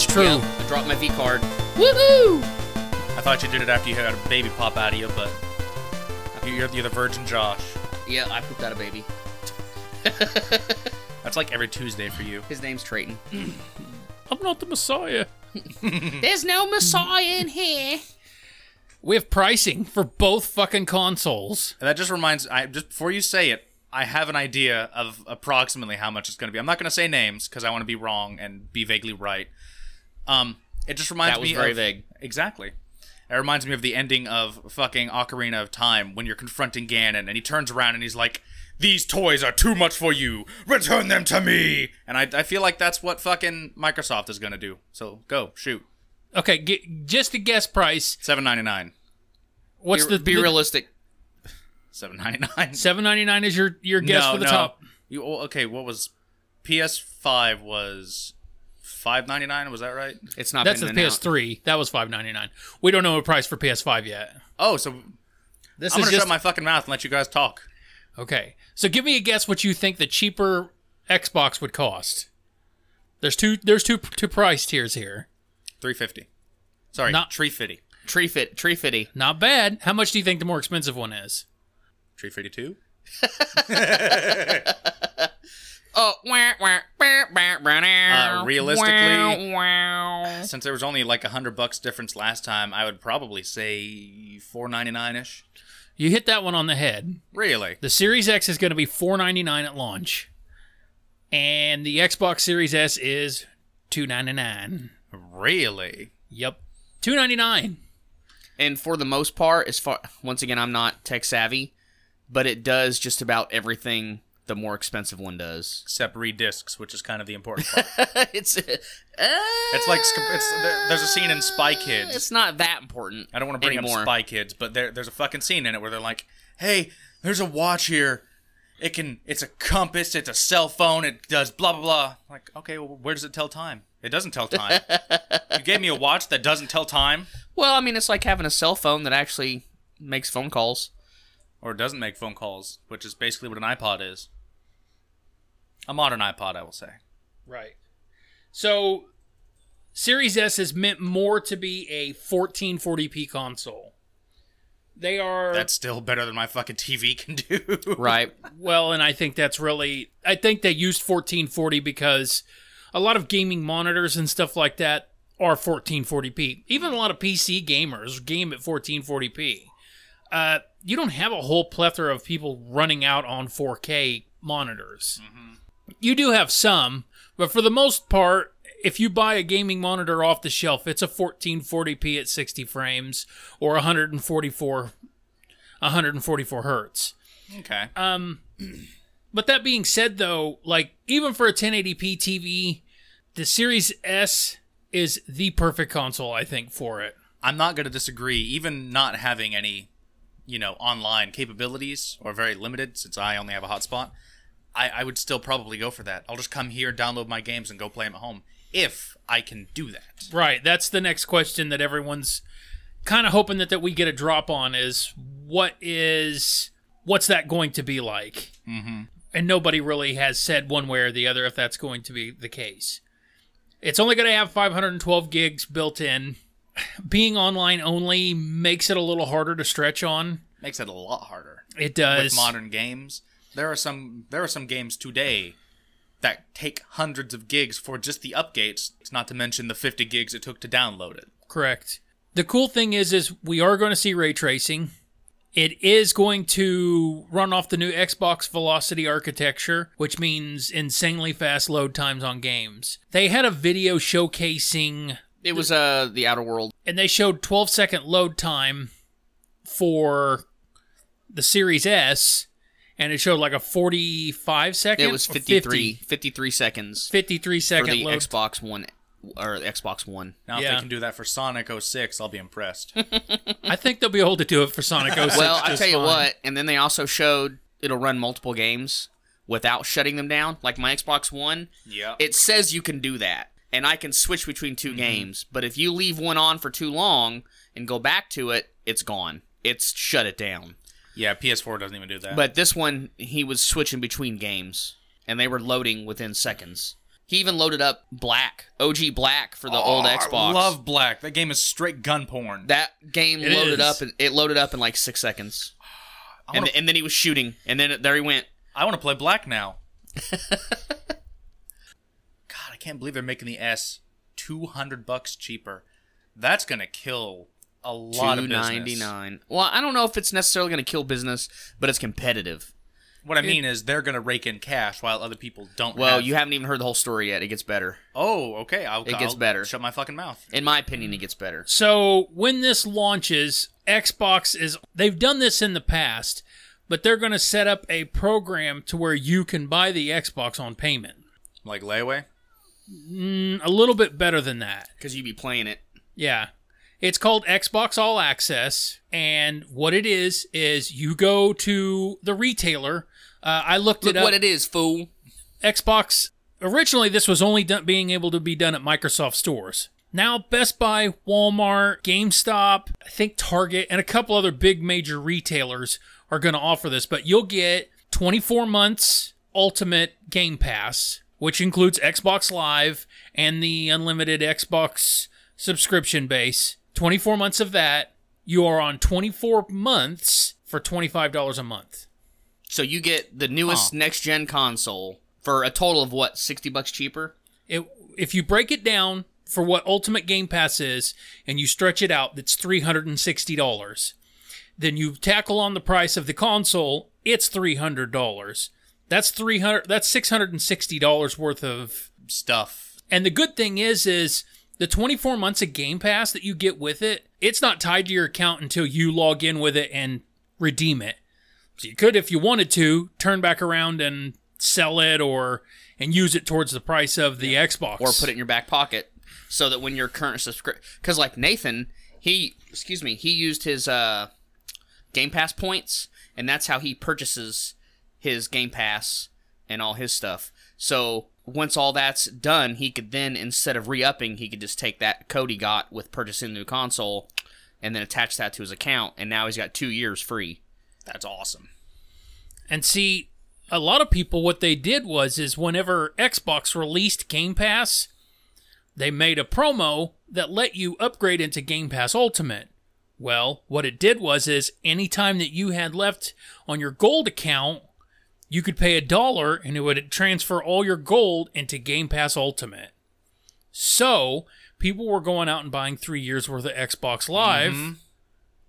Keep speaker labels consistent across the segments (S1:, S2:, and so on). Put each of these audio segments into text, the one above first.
S1: True.
S2: Yep, I dropped my V card.
S1: Woohoo!
S3: I thought you did it after you had a baby pop out of you, but you're, you're the virgin Josh.
S2: Yeah, I pooped out a baby.
S3: That's like every Tuesday for you.
S2: His name's Trayton.
S3: I'm not the Messiah. Hmm.
S2: There's no Messiah in here.
S1: We have pricing for both fucking consoles.
S3: And that just reminds I just before you say it, I have an idea of approximately how much it's going to be. I'm not going to say names because I want to be wrong and be vaguely right. Um, it just reminds
S2: That was
S3: me
S2: very
S3: of,
S2: vague.
S3: Exactly. It reminds me of the ending of fucking Ocarina of Time when you're confronting Ganon and he turns around and he's like, "These toys are too much for you. Return them to me." And I, I feel like that's what fucking Microsoft is going to do. So go shoot
S1: Okay, g- just a guess price.
S3: seven ninety nine.
S1: What's
S2: Be-
S1: the
S2: be
S1: the-
S2: realistic.
S3: Seven ninety nine.
S1: Seven ninety nine is your your guess for the top.
S3: You oh, okay? What was PS Five was five ninety nine? Was that right?
S2: It's not.
S1: That's
S2: been
S1: the
S2: in and out.
S1: PS3. That was five ninety nine. We don't know a price for PS5 yet.
S3: Oh, so I'm
S1: This
S3: gonna
S1: is just
S3: shut my fucking mouth and let you guys talk.
S1: okay. So give me a guess what you think the cheaper Xbox would cost. There's two. There's two two price tiers here.
S3: Three fifty. Sorry,
S1: Not-
S3: tree fifty.
S2: Tree fit. Tree fitty.
S1: Not bad. How much do you think the more expensive one is?
S3: Tree fifty two.
S2: Oh, wah, wah, bah, bah, bah, nah.
S3: Uh, realistically-
S2: Wow, wow.
S3: Since there was only like a hundred bucks difference last time, I would probably say four ninety nine ish.
S1: You hit that one on the head.
S3: Really?
S1: The Series X is going to be four ninety nine at launch, and the Xbox Series S is two ninety nine.
S3: Really?
S1: Yep, two ninety nine.
S2: And for the most part, as far once again, I'm not tech savvy, but it does just about everything the more expensive one does.
S3: Except re discs, which is kind of the important part.
S2: it's uh, it's
S3: like sc- it's- there- there's a scene in Spy Kids.
S2: It's not that important.
S3: I don't want to bring
S2: anymore.
S3: up Spy Kids, but there, there's a fucking scene in it where they're like, "Hey, there's a watch here. It can. It's a compass. It's a cell phone. It does blah blah blah." I'm like, okay, well, where does it tell time? It doesn't tell time. you gave me a watch that doesn't tell time,
S2: Well, I mean, it's like having a cell phone that actually makes phone calls.
S3: or it doesn't make phone calls, which is basically what an iPod is. A modern iPod, I will say.
S1: Right. So Series S is meant more to be a 1440p console. They are
S3: That's still better than my fucking TV can do.
S2: Right.
S1: well, and I think that's really I think they used 1440 because a lot of gaming monitors and stuff like that are 1440p. Even a lot of PC gamers game at 1440p. Uh, you don't have a whole plethora of people running out on 4K monitors. You do have some, but for the most part, if you buy a gaming monitor off the shelf, it's a 1440p at 60 frames or 144 144 hertz.
S3: okay.
S1: Um, but that being said, though, like even for a 1080p TV, the Series S is the perfect console, I think, for it.
S3: I'm not going to disagree, even not having any, you know, online capabilities or very limited since I only have a hotspot. I, I would still probably go for that. I'll just come here, download my games, and go play them at home if I can do that.
S1: Right. That's the next question that everyone's kind of hoping that that we get a drop on is what is what's that going to be like? Mm-hmm. And nobody really has said one way or the other if that's going to be the case. It's only going to have 512 gigs built in. Being online only makes it a little harder to stretch on.
S3: Makes it a lot harder
S1: It
S3: with
S1: does.
S3: modern games. There are some there are some games today that take hundreds of gigs for just the updates. Not to mention the 50 gigs it took to download it.
S1: Correct. The cool thing is, is we are going to see ray tracing. It is going to run off the new Xbox Velocity architecture, which means insanely fast load times on games. They had a video showcasing,
S2: It was uh the Outer World.
S1: and they showed 12 second load time for the Series S, and it showed like a 45 second.
S2: It was
S1: or
S2: 53, 53 seconds
S1: 53
S2: for
S1: second
S2: the
S1: load.
S2: Xbox One or the Xbox One.
S3: Now if
S1: Yeah.
S3: they can do that for Sonic 06, I'll be impressed.
S1: I think they'll be able to do it for Sonic 06.
S2: Well, I
S1: just
S2: tell you
S1: fine.
S2: what, and then they also showed it'll run multiple games without shutting them down. Like my Xbox One,
S3: yeah.
S2: it says you can do that, and I can switch between
S1: Mm-hmm.
S2: 2 games. But if you leave one on for too long and go back to it, it's gone. It's shut it down.
S3: Yeah, PS4 doesn't even do that.
S2: But this one, he was switching between games, and they were loading within seconds. He even loaded up Black, OG Black for the
S3: Oh,
S2: old
S3: I
S2: Xbox.
S3: love Black. That game is straight gun porn.
S2: that game
S1: It
S2: loaded
S1: is.
S2: up and it loaded up in like six seconds.
S3: I
S2: And,
S3: wanna-
S2: th- and then he was shooting, and then there he went.
S3: I want to play Black now. God, I can't believe they're making the S two hundred bucks cheaper. That's gonna kill a lot of business.
S2: 299. Well, I don't know if it's necessarily going to kill business, but it's competitive.
S3: What I mean is they're gonna rake in cash while other people don't.
S2: Well,
S3: have.
S2: you haven't even heard the whole story yet. It gets better.
S3: Oh, okay. I'll,
S2: It gets
S3: I'll
S2: better.
S3: Shut my fucking mouth.
S2: In my opinion, it gets better.
S1: So when this launches, Xbox is they've done this in the past, but they're going to set up a program to where you can buy the Xbox on payment.
S3: Like layaway.
S1: Mm, A little bit better than that.
S2: Because you'd be playing it.
S1: Yeah. It's called Xbox All Access. And what it is, is you go to the retailer. Uh, I looked
S2: Look
S1: it up.
S2: what it is, fool.
S1: Xbox, originally, this was only done, being able to be done at Microsoft stores. Now, Best Buy, Walmart, GameStop, I think Target, and a couple other big major retailers are going to offer this, but you'll get 24 months Ultimate Game Pass, which includes Xbox Live and the unlimited Xbox subscription base. 24 months of that. You are on 24 months for $25 a month.
S2: So you get the newest next gen console for a total of what, 60 bucks cheaper?
S1: it, if you break it down for what Ultimate Game Pass is and you stretch it out, that's three hundred and sixty dollars. Then you tackle on the price of the console, it's three hundred dollars. That's three hundred. That's six hundred and sixty dollars worth of.
S3: Stuff.
S1: And the good thing is, is the twenty four months of Game Pass that you get with it, it's not tied to your account until you log in with it and redeem it. So you could, if you wanted to, turn back around and sell it or and use it towards the price of the Xbox
S2: Or put it in your back pocket so that when your current subscription. Because, like Nathan, he, excuse me, he used his uh, Game Pass points, and that's how he purchases his Game Pass and all his stuff. So once all that's done, he could then, instead of re upping, he could just take that code he got with purchasing the new console and then attach that to his account, and now he's got two years free.
S3: That's awesome.
S1: And see, a lot of people what they did was is whenever Xbox released Game Pass, they made a promo that let you upgrade into Game Pass Ultimate. Well, what it did was is any time that you had left on your gold account, you could pay a dollar and it would transfer all your gold into Game Pass Ultimate. So, people were going out and buying 3 years worth of Xbox Live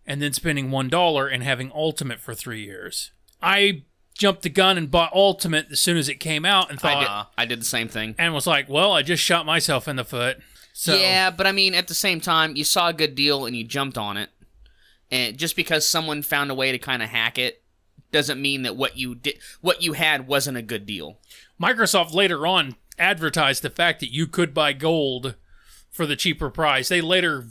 S1: and then spending $1 and having Ultimate for 3 years. I jumped the gun and bought Ultimate as soon as it came out and
S2: I
S1: thought
S2: did, I did the same thing.
S1: and was like, "Well, I just shot myself in the foot." So
S2: Yeah, but I mean, at the same time, you saw a good deal and you jumped on it. And just because someone found a way to kind of hack it doesn't mean that what you did, what you had, wasn't a good deal.
S1: Microsoft later on advertised the fact that you could buy gold for the cheaper price. They later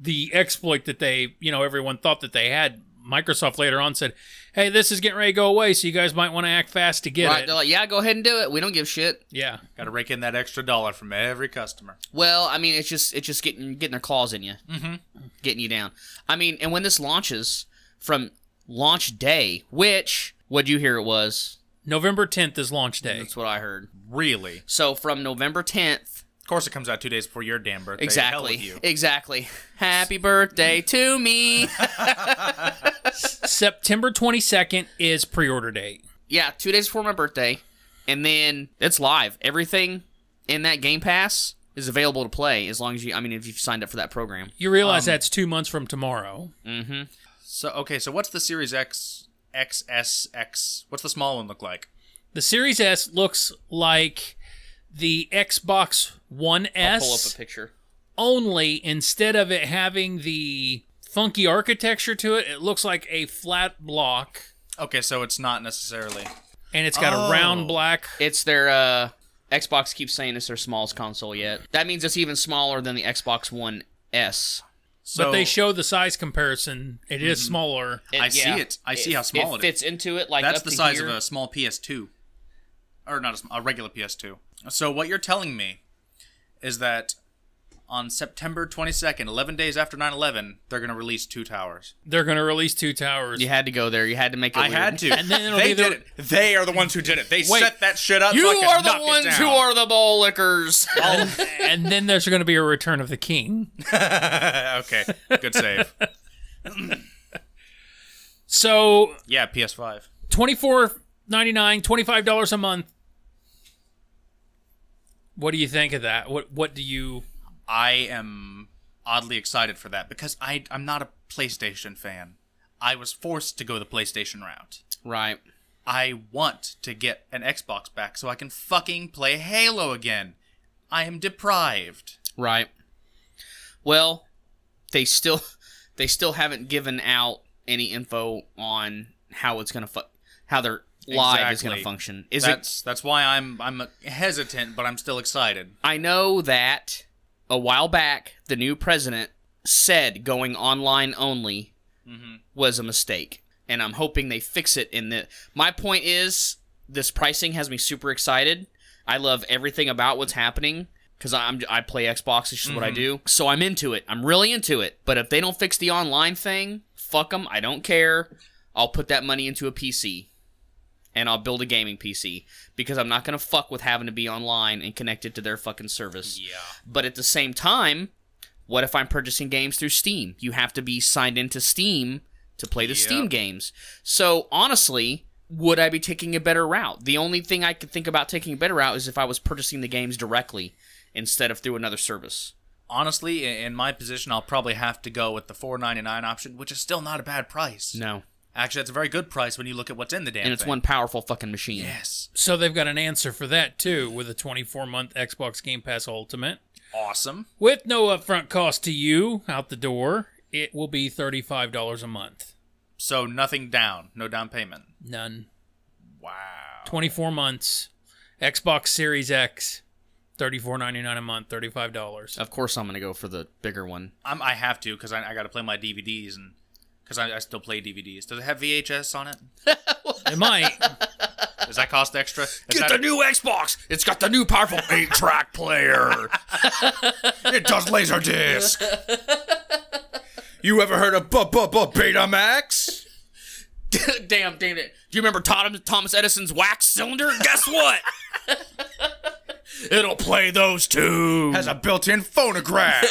S1: the exploit that they, you know, everyone thought that they had. Microsoft later on said, "Hey, this is getting ready to go away, so you guys might want to act fast to get
S2: right?
S1: it."
S2: They're like, yeah, go ahead and do it. We don't give shit.
S1: Yeah.
S3: Got to rake in that extra dollar from every customer.
S2: Well, I mean, it's just it's just getting getting their claws in you, mm-hmm. getting you down. I mean, and when this launches from launch day, which what'd you hear it was?
S1: November 10th is launch day.
S2: That's what I heard.
S3: Really?
S2: So from November tenth
S3: Of course, it comes out two days before your damn birthday. Hell with
S2: Exactly.
S3: you.
S2: Exactly. Happy birthday to me.
S1: September 22nd is pre-order date.
S2: yeah, two days before my birthday, and then it's live. Everything in that Game Pass is available to play as long as you. I mean, if you've signed up for that program. Mm-hmm.
S1: You realize that's 2 months from tomorrow.
S3: So okay, so what's the Series X, XSX? What's the small one look like?
S1: The Series S looks like the Xbox One S.
S2: Pull up a picture.
S1: only instead of it having the funky architecture to it, it looks like a flat block
S3: Okay, so it's not necessarily.
S1: and it's got
S3: Oh.
S1: a round black.
S2: It's their uh, Xbox keeps saying it's their smallest console yet. That means it's even smaller than the Xbox One S.
S3: So
S1: but they show the size comparison. It is
S2: Mhm.
S1: smaller.
S2: It-
S3: I see it. I see how small it is.
S2: It fits into it like
S3: that's
S2: up
S3: the
S2: to
S3: size
S2: here.
S3: of a small PS2, or not a, sm- a regular PS2. So what you're telling me is that on September 22nd, 11 days after 9 11, they're going to release Two Towers.
S1: They're going to release Two Towers.
S2: You had to go there. You had to make it.
S3: I
S2: weird.
S3: had to.
S1: And then it'll
S3: they
S1: be the-
S3: did it. They are the ones who did it. They
S1: Wait.
S3: set that shit up.
S2: You
S3: so I could
S2: are
S3: knock
S2: the
S3: it
S2: ones
S3: down.
S2: who are the ball lickers.
S1: and then there's going to be a Return of the King.
S3: okay, good save.
S1: So
S3: Yeah, PS5.
S1: twenty four ninety nine, twenty five dollars a month. What do you think of that? What What do you?
S3: I am oddly excited for that because I I'm not a PlayStation fan. I was forced to go the PlayStation route.
S2: right.
S3: I want to get an Xbox back so I can fucking play Halo again. I am deprived.
S2: Right. Well, they still they still haven't given out any info on how it's gonna fu- how their live is gonna
S3: Exactly.
S2: function. Is it?
S3: That's that's why I'm I'm hesitant, but I'm still excited.
S2: I know that a while back the new president said going online only was a mistake, and I'm hoping they fix it. In the my point is this pricing has me super excited. I love everything about what's happening because I'm I play Xbox. It's just what I do, so I'm into it. I'm really into it. But if they don't fix the online thing, fuck them. I don't care. I'll put that money into a PC and I'll build a gaming PC because I'm not going to fuck with having to be online and connected to their fucking service.
S3: Yeah.
S2: But at the same time, what if I'm purchasing games through Steam? You have to be signed into Steam to play the Steam games. So honestly, would I be taking a better route? The only thing I could think about taking a better route is if I was purchasing the games directly instead of through another service.
S3: Honestly, i- in my position, I'll probably have to go with the 4.99 option, which is still not a bad price.
S2: No.
S3: Actually, that's a very good price when you look at what's in the damn
S2: And it's
S3: thing.
S2: one powerful fucking machine.
S3: Yes.
S1: So they've got an answer for that too, with a twenty four month Xbox Game Pass Ultimate
S3: Awesome.
S1: with no upfront cost to you out the door. It will be thirty five dollars a month.
S3: So nothing down, no down payment.
S1: None.
S3: Wow.
S1: Twenty four months. Xbox Series X. Thirty four ninety nine a month. Thirty five dollars.
S2: Of course I'm going to go for the bigger one.
S3: I'm, I have to because I, I got to play my DVDs and because I, I still play DVDs. Does it have VHS on it?
S1: It might.
S3: Does that cost extra? Is
S4: Get
S3: that-
S4: the new Xbox. It's got the new powerful eight-track player. it does Laserdisc. You ever heard of bu- bu- bu- Betamax?
S2: damn, damn it. Do you remember Tom- Thomas Edison's wax cylinder? Guess what?
S4: It'll play those two.
S3: has a built-in phonograph.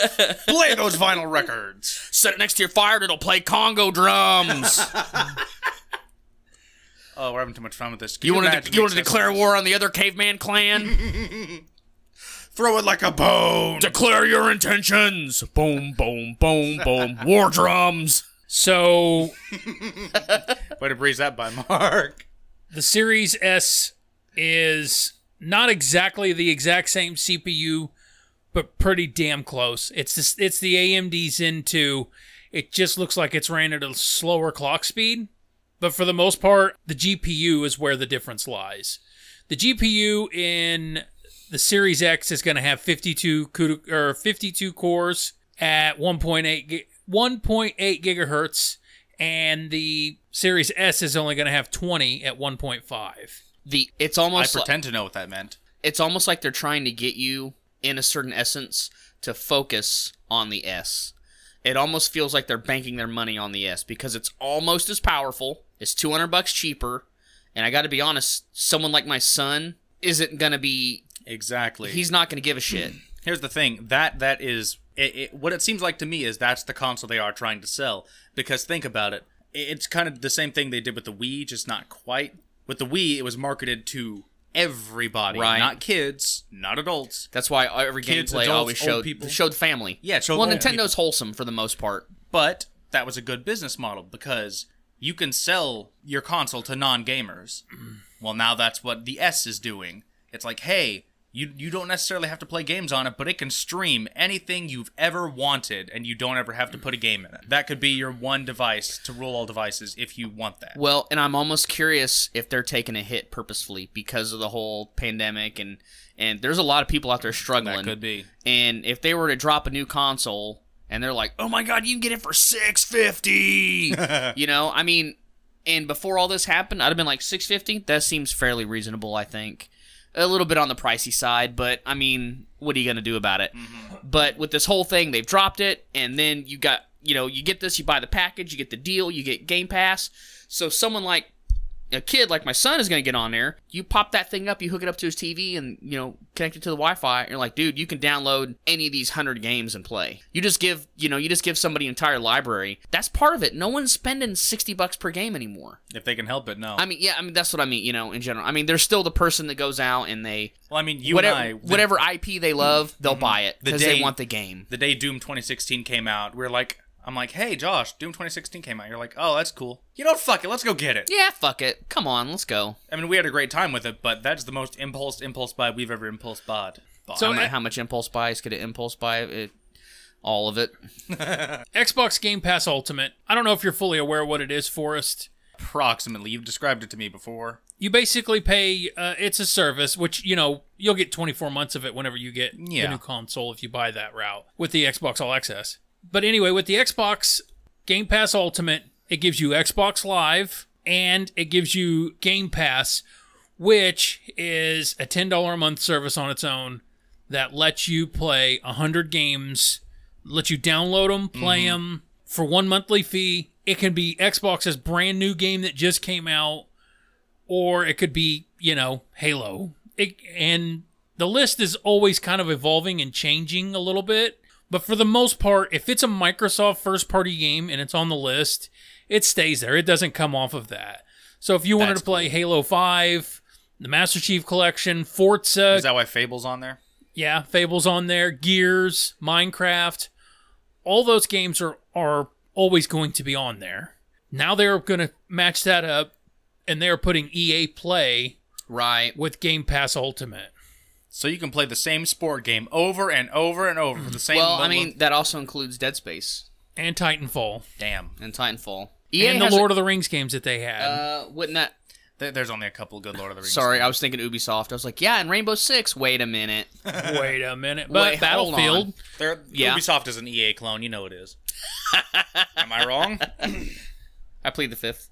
S3: play those vinyl records.
S2: Set it next to your fire, and it'll play Congo drums.
S3: Oh, we're having too much fun with this. Could
S2: you want to
S3: imagine
S2: you want to
S3: VHS?
S2: declare war on the other caveman clan?
S4: Throw it like a bone.
S2: declare your intentions. Boom, boom, boom, boom. War drums.
S1: So
S3: Way to breeze that by Mark.
S1: The Series S is not exactly the exact same CPU, but pretty damn close. It's this, it's the AMD Zen 2. It just looks like it's ran at a slower clock speed, but for the most part, the GPU is where the difference lies. The GPU in the Series X is going to have 52 CUDA or 52 cores at 1.8 gi- 1.8 gigahertz and the Series S is only going to have 20 at 1.5.
S2: The it's
S3: I
S2: almost li-
S3: pretend to know what that meant.
S2: it's almost like they're trying to get you in a certain essence to focus on the S. It almost feels like they're banking their money on the S because it's almost as powerful. It's 200 bucks cheaper, and I got to be honest, someone like my son isn't going to be
S3: Exactly.
S2: he's not going to give a shit.
S3: Here's the thing that that is it, it, what it seems like to me is that's the console they are trying to sell. Because think about it, i- it's kind of the same thing they did with the Wii, just not quite. With the Wii, it was marketed to everybody,
S2: Right.
S3: not kids, not adults.
S2: That's why every
S3: Kids,
S2: gameplay
S3: adults,
S2: always
S3: old
S2: showed
S3: people.
S2: showed family.
S3: Yeah, it showed
S2: well,
S3: old
S2: Nintendo's wholesome for the most part.
S3: But that was a good business model because you can sell your console to non-gamers. well, now that's what the S is doing. It's like, hey, you you don't necessarily have to play games on it, but it can stream anything you've ever wanted, and you don't ever have to put a game in it. That could be your one device to rule all devices if you want that.
S2: Well, and I'm almost curious if they're taking a hit purposefully because of the whole pandemic and and there's a lot of people out there struggling.
S3: that could be.
S2: And if they were to drop a new console and they're like,
S4: Oh my god, you can get it for 650.
S2: you know, I mean, and before all this happened, I'd have been like 650. That seems fairly reasonable, I think. a little bit on the pricey side, but I mean, what are you going to do about it? But with this whole thing, they've dropped it, and then you got, you know, you get this, you buy the package, you get the deal, you get Game Pass. So someone like a kid like my son is going to get on there. You pop that thing up, you hook it up to his TV, and you know connect it to the Wi-Fi. And you're like, dude, you can download any of these hundred games and play. You just give, you know, you just give somebody an entire library. That's part of it. No one's spending sixty bucks per game anymore.
S3: If they can help it, no.
S2: I mean, yeah, I mean that's what I mean. You know, in general, I mean there's still the person that goes out and they
S3: well, I mean, you
S2: whatever
S3: and I, the, Mm-hmm.
S2: whatever IP they love, they'll buy it
S3: The
S2: because they
S3: day-
S2: want the game.
S3: the day Doom 2016 came out, we are like, I'm like, hey, Josh, Doom 2016 came out. You're like, oh, that's cool. You know, fuck it, let's go get it.
S2: Yeah, fuck it. Come on, let's go.
S3: I mean, we had a great time with it, but that's the most impulse impulse buy we've ever impulse bought. bought.
S1: So
S2: I don't know
S1: I-
S2: how much impulse buys could it impulse buy it. All of it.
S1: Xbox Game Pass Ultimate. I don't know if you're fully aware what it is, Forrest.
S3: approximately, you've described it to me before.
S1: You basically pay. Uh, it's a service, which you know you'll get 24 months of it whenever you get the
S3: Yeah.
S1: new console if you buy that route with the Xbox All Access. But anyway, with the Xbox Game Pass Ultimate, it gives you Xbox Live and it gives you Game Pass, which is a $10 a month service on its own that lets you play 100 games, lets you download them, play them for one monthly fee. It can be Xbox's brand new game that just came out, or it could be, you know, Halo. It, and the list is always kind of evolving and changing a little bit. But for the most part, if it's a Microsoft first party game and it's on the list, it stays there. It doesn't come off of that. So if you wanted
S3: That's
S1: to play Halo 5, the Master Chief Collection, Forza,
S2: Uh,
S3: Is that why Fable's on there?
S1: yeah, Fable's on there, Gears, Minecraft, all those games are are always going to be on there. Now they're going to match that up and they're putting EA Play
S2: Right.
S1: with Game Pass Ultimate.
S3: So you can play the same sport game over and over and over for the same.
S2: Well, I
S3: level
S2: mean,
S3: of-
S2: that also includes Dead Space
S1: And Titanfall.
S3: damn,
S2: and Titanfall. EA
S1: and the
S2: has E a-
S1: Lord of the Rings games that they had.
S2: uh, wouldn't that?
S3: There- there's only a couple good Lord of the Rings.
S2: Sorry, I was thinking Ubisoft. I was like, yeah, and Rainbow Six. Wait a minute.
S1: Wait a minute. But
S2: Uh, Wait, hold on.
S1: Battlefield,
S3: They're-
S2: Yeah.
S3: Ubisoft is an EA clone. You know it is. Am I wrong?
S2: I plead the fifth.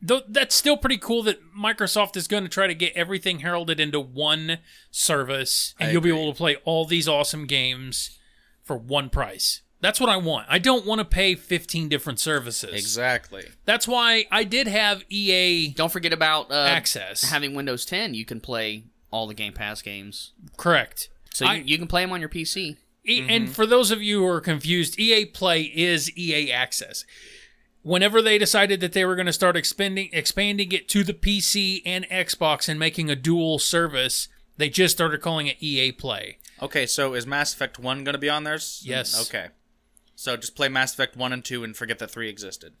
S1: though that's still pretty cool that Microsoft is going to try to get everything heralded into one service and
S3: I
S1: you'll be
S3: agree.
S1: able to play all these awesome games for one price. That's what I want. I don't want to pay 15 different services.
S3: Exactly.
S1: That's why I did have EA
S2: Don't forget about uh,
S1: access.
S2: having Windows 10. You can play all the Game Pass games,
S1: Correct.
S2: so
S1: I-
S2: you, you can play them on your PC.
S1: E-
S2: Mm-hmm.
S1: And for those of you who are confused, EA Play is EA Access. Whenever they decided that they were going to start expanding expanding it to the PC and Xbox and making a dual service, they just started calling it EA Play.
S3: Okay, so is Mass Effect One going to be on there? S-
S1: Yes.
S3: Okay. So just play Mass Effect One and Two and forget that three existed.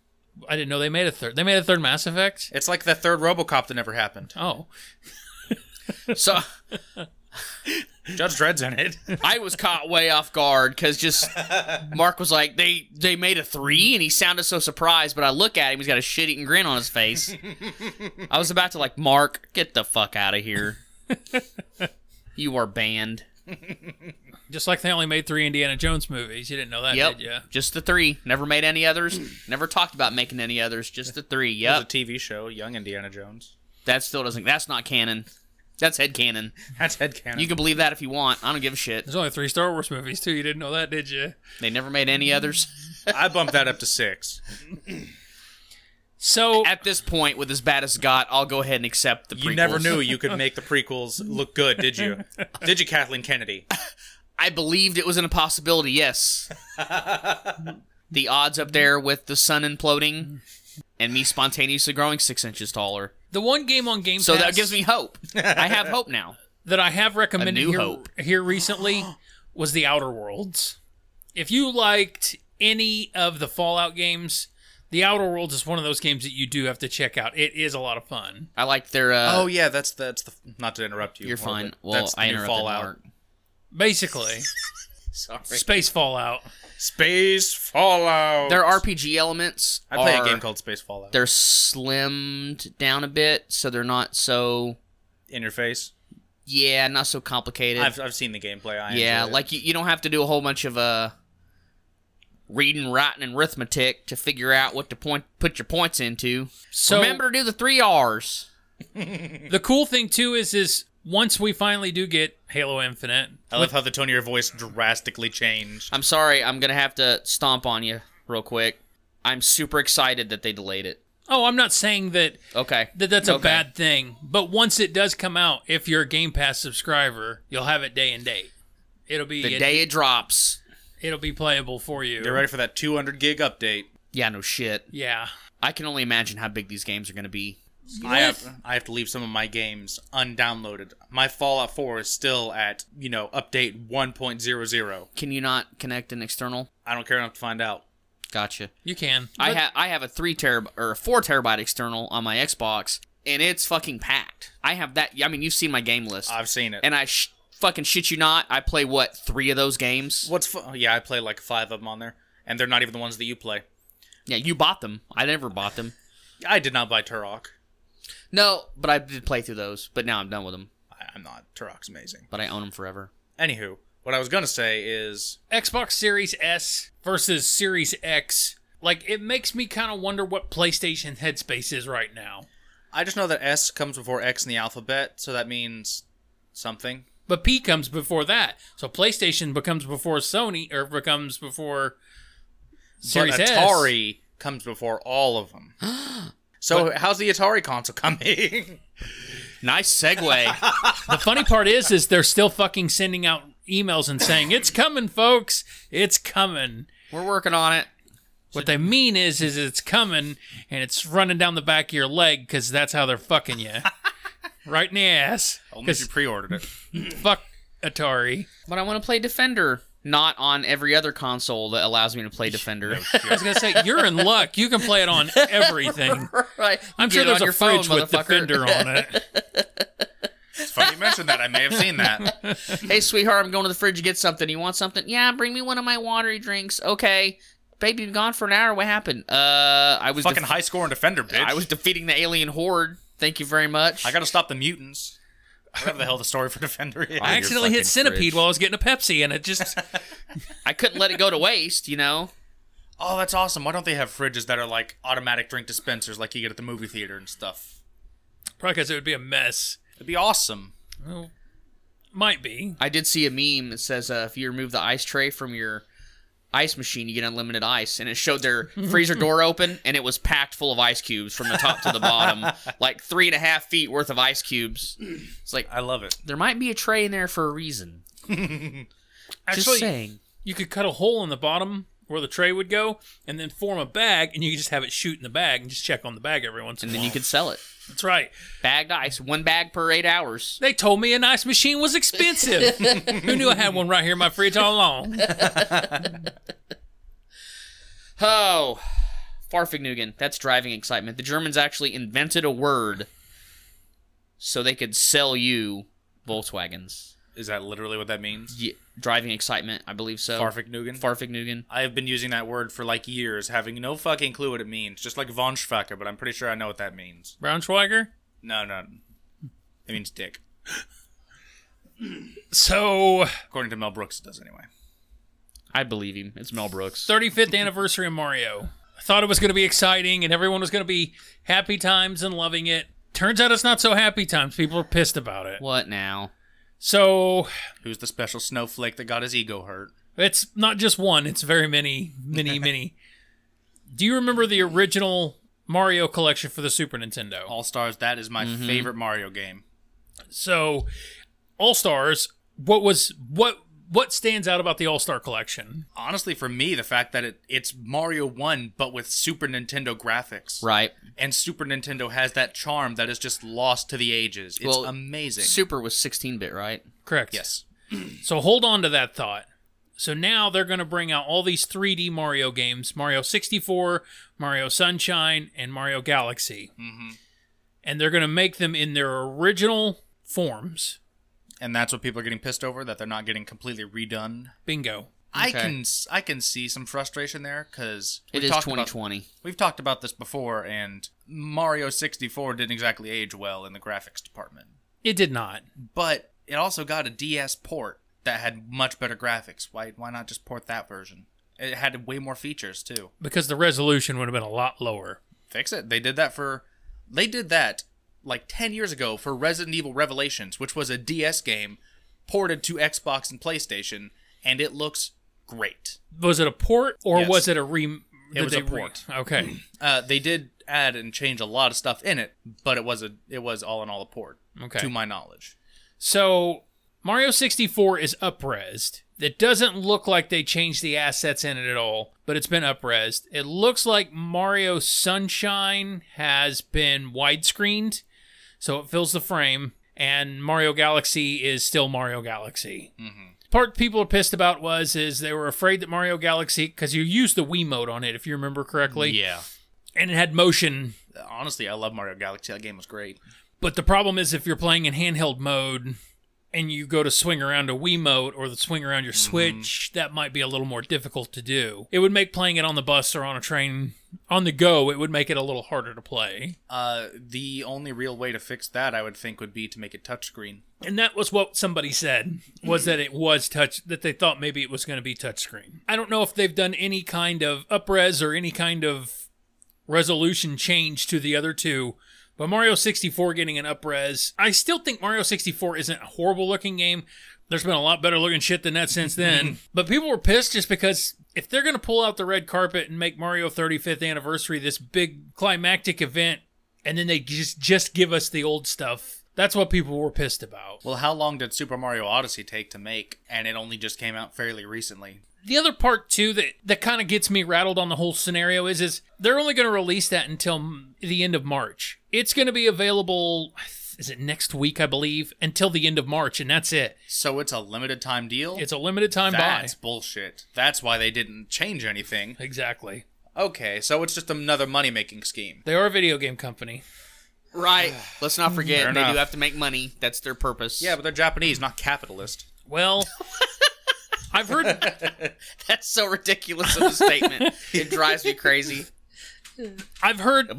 S1: I didn't know they made a third. They made a third Mass Effect.
S3: It's like the third RoboCop that never happened.
S1: Oh,
S2: So
S3: Judge Dredd's in it.
S2: I was caught way off guard because just Mark was like, they they made a three, and he sounded so surprised. But I look at him; he's got a shit eating grin on his face. I was about to like, Mark, get the fuck out of here. you are banned.
S1: just like they only made three Indiana Jones movies. You didn't know that,
S2: Yep.
S1: did you?
S2: Just the three. Never made any others. Never talked about making any others. Just the three.
S3: There's a
S2: Yep.
S3: TV show, Young Indiana Jones.
S2: That still doesn't. That's not canon. That's head canon.
S3: That's headcanon.
S2: You can believe that if you want. I don't give a shit.
S1: There's only three Star Wars movies too. You didn't know that, did you?
S2: They never made any others.
S3: I bumped that up to six.
S1: So
S2: At this point, with as bad as it got, I'll go ahead and accept the.
S3: You
S2: prequels.
S3: never knew you could make the prequels look good, did you? Did you, Kathleen Kennedy?
S2: I believed it was an impossibility, yes. the odds up there with the sun imploding and me spontaneously growing six inches taller.
S1: the one game on Game
S2: So that
S1: Pass-
S2: gives me hope. I have hope now.
S1: that I have recommended
S2: A New
S1: here,
S2: Hope.
S1: here recently was The Outer Worlds. If you liked any of the Fallout games, The Outer Worlds is one of those games that you do have to check out. It is a lot of fun.
S2: I like their. Uh,
S3: oh yeah, that's that's the. Not to interrupt you.
S2: you're
S3: Orville.
S2: fine. Well,
S3: that's the
S2: I
S3: new
S2: interrupted
S3: Fallout.
S2: Mark.
S1: Basically,
S2: Sorry.
S1: space Fallout.
S3: Space Fallout.
S2: Their RPG elements.
S3: I play
S2: are-
S3: a game called Space Fallout.
S2: They're slimmed down a bit, so they're not so.
S3: In your face.
S2: Yeah, not so complicated.
S3: I've, I've seen the gameplay. I
S2: yeah,
S3: enjoyed it.
S2: like you, you don't have to do a whole bunch of uh reading, writing, and arithmetic to figure out what to point put your points into.
S1: So
S2: Remember to do the three R's.
S1: the cool thing too is is once we finally do get Halo Infinite,
S3: I love how the tone of your voice drastically changed.
S2: I'm sorry, I'm gonna have to stomp on you real quick. I'm super excited that they delayed it.
S1: oh, I'm not saying that
S2: Okay.
S1: that that's a
S2: Okay.
S1: bad thing, but once it does come out, if you're a Game Pass subscriber, you'll have it day and date. It'll be
S2: The
S1: it,
S2: day it drops.
S1: will be playable for you.
S3: Get ready for that 200 gig update.
S2: Yeah, no shit.
S1: Yeah.
S2: I can only imagine how big these games are gonna be.
S3: I have I have to leave some of my games undownloaded. My Fallout 4 is still at you know update 1.00.
S2: Can you not connect an external?
S3: I don't care enough to find out.
S2: Gotcha.
S1: You can.
S2: I
S1: But-
S2: have I have a three terab or a four terabyte external on my Xbox, and it's fucking packed. I have that. I mean, you've seen my game list,
S3: I've seen it.
S2: and I sh- fucking shit you not. I play what three of those games?
S3: What's fu- yeah, I play like five of them on there, and they're not even the ones that you play.
S2: Yeah, you bought them. I never bought them.
S3: I did not buy Turok.
S2: No, but I did play through those. But now I'm done with them.
S3: I, I'm not. Turok's amazing.
S2: But I own them forever.
S3: Anywho, what I was gonna say is
S1: Xbox Series S versus Series X. Like it makes me kind of wonder what PlayStation headspace is right now.
S3: I just know that S comes before X in the alphabet, so that means something.
S1: But P comes before that. So PlayStation becomes before Sony or becomes before Series
S3: but
S1: S.
S3: Atari comes before all of them. so how's the Atari console coming?
S2: Nice segue.
S1: The funny part is is they're still fucking sending out emails and saying it's coming folks, it's coming.
S2: We're working on it.
S1: What they mean is is it's coming and it's running down the back of your leg cuz that's how they're fucking you. right in the ass.
S3: Only if you
S1: 'Cause
S3: pre-ordered it.
S1: fuck Atari.
S2: But I want to play Defender, not on every other console that allows me to play Defender.
S1: I was gonna say you're in luck. You can play it on everything.
S2: right.
S1: I'm
S2: Get
S1: sure
S2: it
S1: there's
S2: on
S1: a
S2: your phone,
S1: fridge with
S2: motherfucker.
S1: Defender on it.
S3: It's funny you mentioned that. I may have seen that.
S2: Hey, sweetheart, I'm going to the fridge to get something. You want something? Yeah, bring me one of my watery drinks. Okay. Baby, you've gone for an hour. What happened? Uh, I was
S3: Fucking
S2: def-
S3: high score and defender, bitch.
S2: I was defeating the alien horde. Thank you very much.
S3: I gotta stop the mutants. Whatever the hell the story for defender is.
S1: I accidentally
S2: fucking
S1: hit centipede
S2: fridge.
S1: while I was getting a Pepsi, and it just
S2: I couldn't let it go to waste, you know.
S3: Oh, that's awesome. Why don't they have fridges that are like automatic drink dispensers like you get at the movie theater and stuff?
S1: probably because it would be a mess.
S3: It'd be awesome.
S1: Well, might be.
S2: I did see a meme that says uh, if you remove the ice tray from your ice machine, you get unlimited ice, and it showed their freezer door open, and it was packed full of ice cubes from the top to the bottom, like three and a half feet worth of ice cubes. It's like
S3: I love it.
S2: there might be a tray in there for a reason. Just
S1: Actually,
S2: saying.
S1: you could cut a hole in the bottom where the tray would go, and then form a bag, and you could just have it shoot in the bag and just check on the bag every once in
S2: And
S1: a
S2: then
S1: while.
S2: you could sell it.
S1: That's right.
S2: Bagged ice, one bag per eight hours.
S1: They told me an ice machine was expensive. Who knew I had one right here in my fridge all along?
S2: Oh, Farfignugan. That's driving excitement. The Germans actually invented a word so they could sell you Volkswagens.
S3: Is that literally what that means?
S2: Ye- driving excitement, I believe so.
S3: Farfik Nugan?
S2: Farfignugan.
S3: I have been using that word for like years, having no fucking clue what it means. Just like von Schwacker, but I'm pretty sure I know what that means.
S1: Braunschweiger.
S3: No, no. It means dick.
S1: So,
S3: According to Mel Brooks, it does anyway.
S2: I believe him. It's Mel Brooks.
S1: 35th anniversary of Mario. I thought it was going to be exciting and everyone was going to be happy times and loving it. Turns out it's not so happy times. People are pissed about it.
S2: What now?
S1: So,
S3: Who's the special snowflake that got his ego hurt?
S1: It's not just one, it's very many, many, many. Do you remember the original Mario collection for the Super Nintendo?
S3: All Stars, that is my favorite Mario game.
S1: So, All Stars, what was what what stands out about the All Star collection?
S3: Honestly, for me, the fact that it, it's Mario 1, but with Super Nintendo graphics.
S2: Right.
S3: and Super Nintendo has that charm that is just lost to the ages. It's
S2: Well,
S3: amazing.
S2: Super was 16 bit, right?
S1: Correct.
S3: yes.
S1: So hold on to that thought. So now they're going to bring out all these 3D Mario games Mario 64, Mario Sunshine, and Mario Galaxy. Mm-hmm. And they're going to make them in their original forms.
S3: And that's what people are getting pissed over that they're not getting completely redone.
S1: Bingo.
S3: I
S2: Okay.
S3: can s- I can see some frustration there because
S2: It is 2020.
S3: we've talked about this before, and Mario 64 didn't exactly age well in the graphics department.
S1: It did not.
S3: But it also got a DS port that had much better graphics. Why why not just port that version? It had way more features too.
S1: because the resolution would have been a lot lower.
S3: fix it. They did that for they did that like 10 years ago for Resident Evil Revelations, which was a DS game ported to Xbox and PlayStation, and it looks great.
S1: Was it a port or
S3: Yes.
S1: was it a rem? did
S3: was a
S1: they re-
S3: port.
S1: okay.
S3: Uh, they did add and change a lot of stuff in it, but it was a it was all in all a port,
S1: Okay.
S3: to my knowledge.
S1: So Mario 64 is upresed. It doesn't look like they changed the assets in it at all, but it's been upresed. It looks like Mario Sunshine has been widescreened, so it fills the frame, and Mario Galaxy is still Mario Galaxy. Mm-hmm. Part people are pissed about was is they were afraid that Mario Galaxy because you used the Wii mode on it if you remember correctly,
S3: Yeah,
S1: and it had motion
S3: honestly, I love Mario Galaxy. That game was great.
S1: But the problem is if you're playing in handheld mode and you go to swing around a Wiimote or the swing around your Switch, that might be a little more difficult to do. It would make playing it on the bus or on a train on the go, it would make it a little harder to play.
S3: Uh, the only real way to fix that, I would think, would be to make it touchscreen.
S1: And that was what somebody said was that it was touch that they thought maybe it was going to be touchscreen. I don't know if they've done any kind of upres or any kind of resolution change to the other two. But Mario 64 getting an upres, I still think Mario 64 isn't a horrible looking game. There's been a lot better looking shit than that since then. but people were pissed just because if they're going to pull out the red carpet and make Mario 35th anniversary this big climactic event and then they just just give us the old stuff. That's what people were pissed about.
S3: Well, how long did Super Mario Odyssey take to make? And it only just came out fairly recently.
S1: the other part too that that kind of gets me rattled on the whole scenario is is they're only going to release that until m- the end of March. It's going to be available is it next week I believe until the end of March and that's it.
S3: So it's a limited time deal.
S1: It's a limited time
S3: that's
S1: buy.
S3: bullshit. That's why they didn't change anything.
S1: Exactly.
S3: Okay, so it's just another money making scheme.
S1: They are a video game company.
S2: Right. Let's not forget
S3: Fair
S2: they
S3: enough.
S2: do have to make money. That's their purpose.
S3: Yeah, but they're Japanese, not capitalist.
S1: Well, I've heard
S2: that's so ridiculous of a statement. it drives me crazy.
S1: I've heard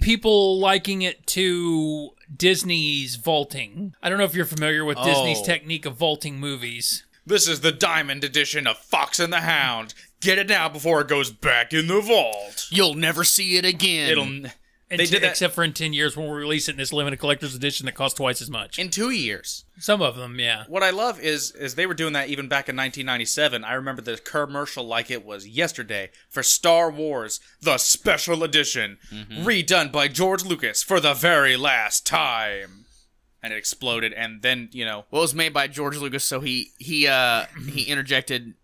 S1: people liking it to Disney's vaulting. I don't know if you're familiar with Disney's
S3: Oh.
S1: technique of vaulting movies.
S4: This is the diamond edition of Fox and the Hound. Get it now before it goes back in the vault.
S2: You'll never see it again.
S3: It'll.
S1: And
S3: They
S1: t-
S3: did that-
S1: except for in 10 years when we release it in this limited collector's edition that costs twice as much.
S3: In two years.
S1: Some of them, yeah.
S3: What I love is is they were doing that even back in 1997. I remember the commercial like it was yesterday for Star Wars: The Special Edition,
S2: Mm-hmm.
S3: redone by George Lucas for the very last time, and it exploded. And then you know,
S2: Well, it was made by George Lucas, so he he uh he interjected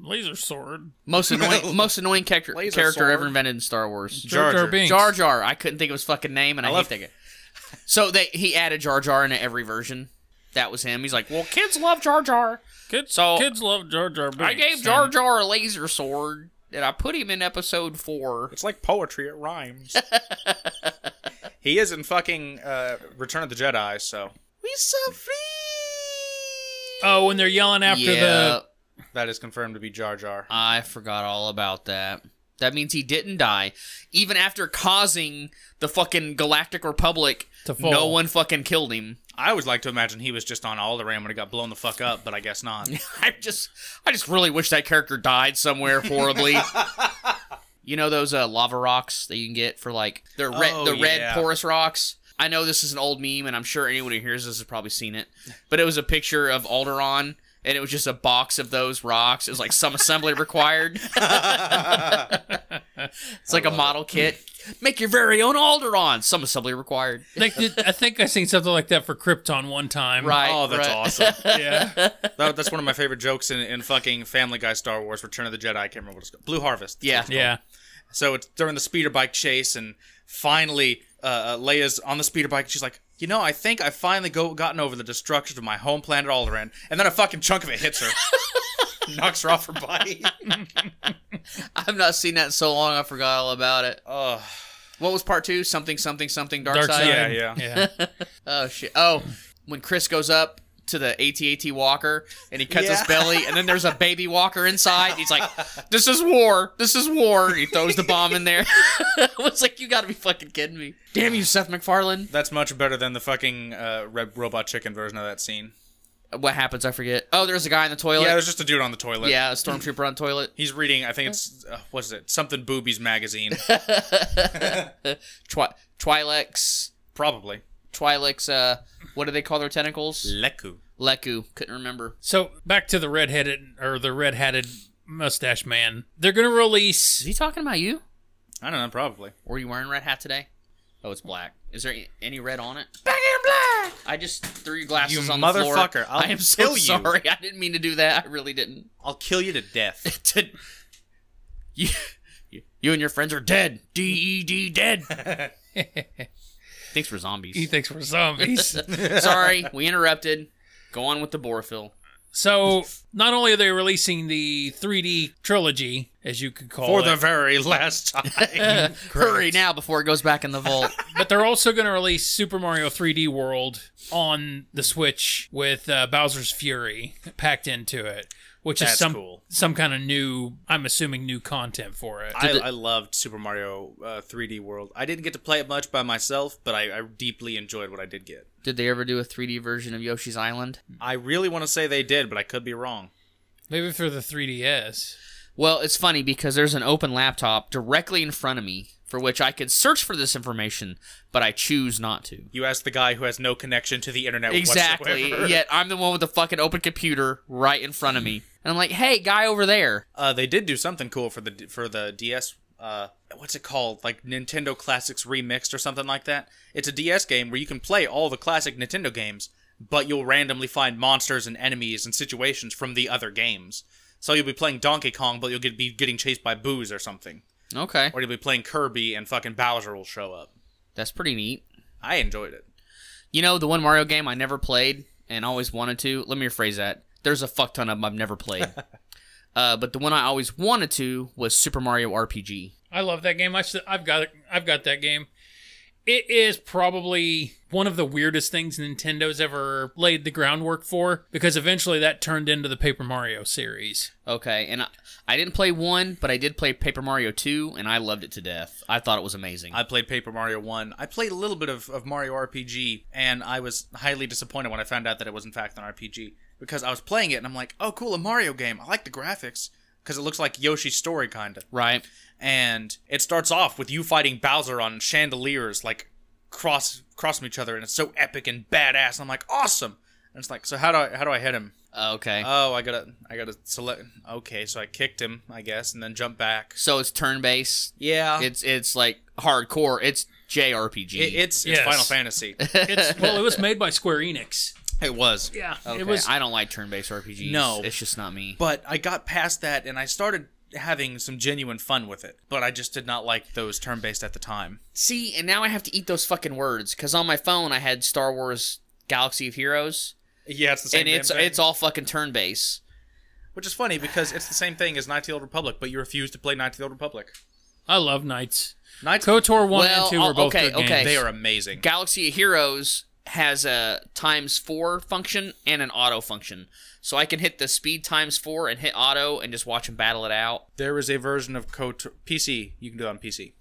S1: Laser sword.
S2: most annoying most annoying character
S3: Laser
S2: character
S3: sword.
S2: ever invented in Star Wars.
S1: Jar Jar
S3: Jar Jar.
S1: Binks.
S2: Jar Jar. I couldn't think of his fucking name, and I,
S3: love-
S2: hate that guy. So they he added Jar Jar into every version. That was him. He's like, well, kids love Jar Jar.
S1: Kids,
S2: So-
S1: kids love Jar Jar Binks.
S2: I gave Jar Jar a laser sword, and I put him in episode four.
S3: it's like poetry; it rhymes. he is in fucking uh, Return of the Jedi, so
S2: We so free.
S1: Oh, when they're yelling after
S2: yeah,
S1: the.
S3: that is confirmed to be Jar Jar.
S2: I forgot all about that. That means he didn't die, even after causing the fucking Galactic Republic.
S1: To fall.
S2: No one fucking killed him.
S3: I always like to imagine he was just on Alderaan when he got blown the fuck up, but I guess not.
S2: I just, I just really wish that character died somewhere horribly. you know those uh, lava rocks that you can get for like the red,
S3: Oh,
S2: the red
S3: yeah.
S2: porous rocks. I know this is an old meme, and I'm sure anyone who hears this has probably seen it. But it was a picture of Alderon, and it was just a box of those rocks. It was like some assembly required. it's like a model kit. Make your very own Alderon. Some assembly required.
S1: They did- I think I seen something like that for Krypton one time.
S2: Right.
S3: Oh, that's
S2: right.
S3: awesome.
S1: Yeah.
S3: That- that's one of my favorite jokes in, in fucking Family Guy Star Wars Return of the Jedi. I can't remember what it's called. Blue Harvest.
S2: Yeah.
S1: yeah.
S3: So it's during the speeder bike chase, and finally uh, uh, Leia's on the speeder bike. She's like, you know, I think I finally go gotten over the destruction of my home planet Alderaan. And then a fucking chunk of it hits her. Knocks her off her bike.
S2: I've not seen that in so long. I forgot all about it.
S3: Oh,
S2: What was part two? Something, something, something. Dark,
S1: Dark
S2: side.
S1: Side.
S3: Yeah,
S1: yeah.
S2: Oh shit! Oh, when Chris goes up to the ATAT walker and he cuts his belly, and then there's a baby walker inside. He's like, "This is war! This is war!" He throws the bomb in there. I was like, "You got to be fucking kidding me!" Damn you, Seth MacFarlane.
S3: that's much better than the fucking uh, Red Robot Chicken version of that scene.
S2: What happens? I forget. Oh, there's a guy in the toilet.
S3: Yeah,
S2: Yeah,
S3: there's just a dude on the toilet.
S2: a stormtrooper on toilet.
S3: He's reading, I think it's, uh, what is it? Something Boobies magazine.
S2: Twi- Twi'leks
S3: Probably.
S2: Twi'lek's, uh, what do they call their tentacles?
S3: Leku.
S2: Leku. Couldn't remember.
S1: So back to the redheaded or the red-hatted mustache man. They're gonna release.
S2: Is he talking about you?
S3: I don't know, probably.
S2: Were you wearing red hat today? Oh, it's black. Is there any red on it? I just threw your glasses
S3: You
S2: on the floor.
S3: motherfucker, I'll
S2: I am so
S3: kill you.
S2: sorry. I didn't mean to do that. I really didn't.
S3: I'll kill you to death.
S2: To- you, you and your friends are dead. D E D dead. Thanks for
S1: He
S2: zombies.
S1: thinks we're zombies.
S2: sorry, we interrupted. Go on with the Borophil.
S1: so not only are they releasing the 3D trilogy, as you could call
S3: For
S1: it,
S3: the very last time.
S2: Hurry now before it goes back in the vault.
S1: but they're also going to release Super Mario 3D World on the Switch with uh, Bowser's Fury packed into it, which is
S3: That's
S1: some
S3: cool.
S1: some kind of new. I'm assuming new content for it.
S3: I,
S2: Did it-
S3: I loved Super Mario uh, 3D World. I didn't get to play it much by myself, but I, I deeply enjoyed what I did get.
S2: Did they ever do a 3D version of Yoshi's Island?
S3: I really want to say they did, but I could be wrong.
S1: Maybe for the 3DS.
S2: Well, it's funny because there's an open laptop directly in front of me for which I could search for this information, but I choose not to.
S3: You asked the guy who has no connection to the internet
S2: Exactly.
S3: whatsoever.
S2: Yet I'm the one with the fucking open computer right in front of me. And I'm like, hey, guy over there.
S3: Uh, they did do something cool for the for the DS. Uh, what's it called? Like Nintendo Classics Remixed or something like that. It's a DS game where you can play all the classic Nintendo games, but you'll randomly find monsters and enemies and situations from the other games. So you'll be playing Donkey Kong, but you'll get, be getting chased by boos or something,
S2: Okay.
S3: or you'll be playing Kirby and fucking Bowser will show up.
S2: That's pretty neat.
S3: I enjoyed it.
S2: You know, the one Mario game I never played and always wanted to, let me rephrase that. There's a fuck ton of them I've never played. uh, but the one I always wanted to was Super Mario RPG.
S1: I love that game. I st- I've got it. I've got that game. It is probably one of the weirdest things Nintendo's ever laid the groundwork for because eventually that turned into the Paper Mario series.
S2: Okay, and I, I didn't play one, but I did play Paper Mario 2, and I loved it to death. I thought it was amazing.
S3: I played Paper Mario 1. I played a little bit of, of Mario RPG, and I was highly disappointed when I found out that it was, in fact, an RPG. Because I was playing it, and I'm like, oh, cool, a Mario game. I like the graphics. Because it looks like Yoshi's Story, kind of.
S2: right?
S3: And it starts off with you fighting Bowser on chandeliers, like, cross cross from each other, and it's so epic and badass. And I'm like, awesome! And it's like, so how do I, how do I hit him?
S2: Okay.
S3: Oh, I gotta I gotta select. Okay, so I kicked him, I guess, and then jump back.
S2: so it's turn based.
S3: Yeah,
S2: It's it's like hardcore. It's JRPG.
S3: It- it's, it's
S1: Yes.
S3: Final Fantasy.
S1: It's, well, it was made by Square Enix.
S3: it was.
S1: Yeah,
S2: Okay,
S1: it was.
S2: I don't like turn based RPGs.
S3: No.
S2: It's just not me.
S3: but I got past that and I started having some genuine fun with it. But I just did not like those turn based at the time.
S2: See, and now I have to eat those fucking words because on my phone I had Star Wars Galaxy of Heroes,
S3: Yeah, it's the
S2: and it's it's all fucking turn based.
S3: which is funny because it's the same thing as Knights of the Old Republic, but you refuse to play Knights of the Old Republic.
S1: I love Knights.
S3: Knights
S1: KOTOR one
S2: Well,
S1: and two are
S2: oh,
S1: both
S2: okay,
S1: good games.
S2: okay.
S3: they are amazing.
S2: Galaxy of Heroes has a times four function and an auto function, so I can hit the speed times four and hit auto and just watch them battle it out.
S3: There is a version of KOTOR PC. You can do it on PC.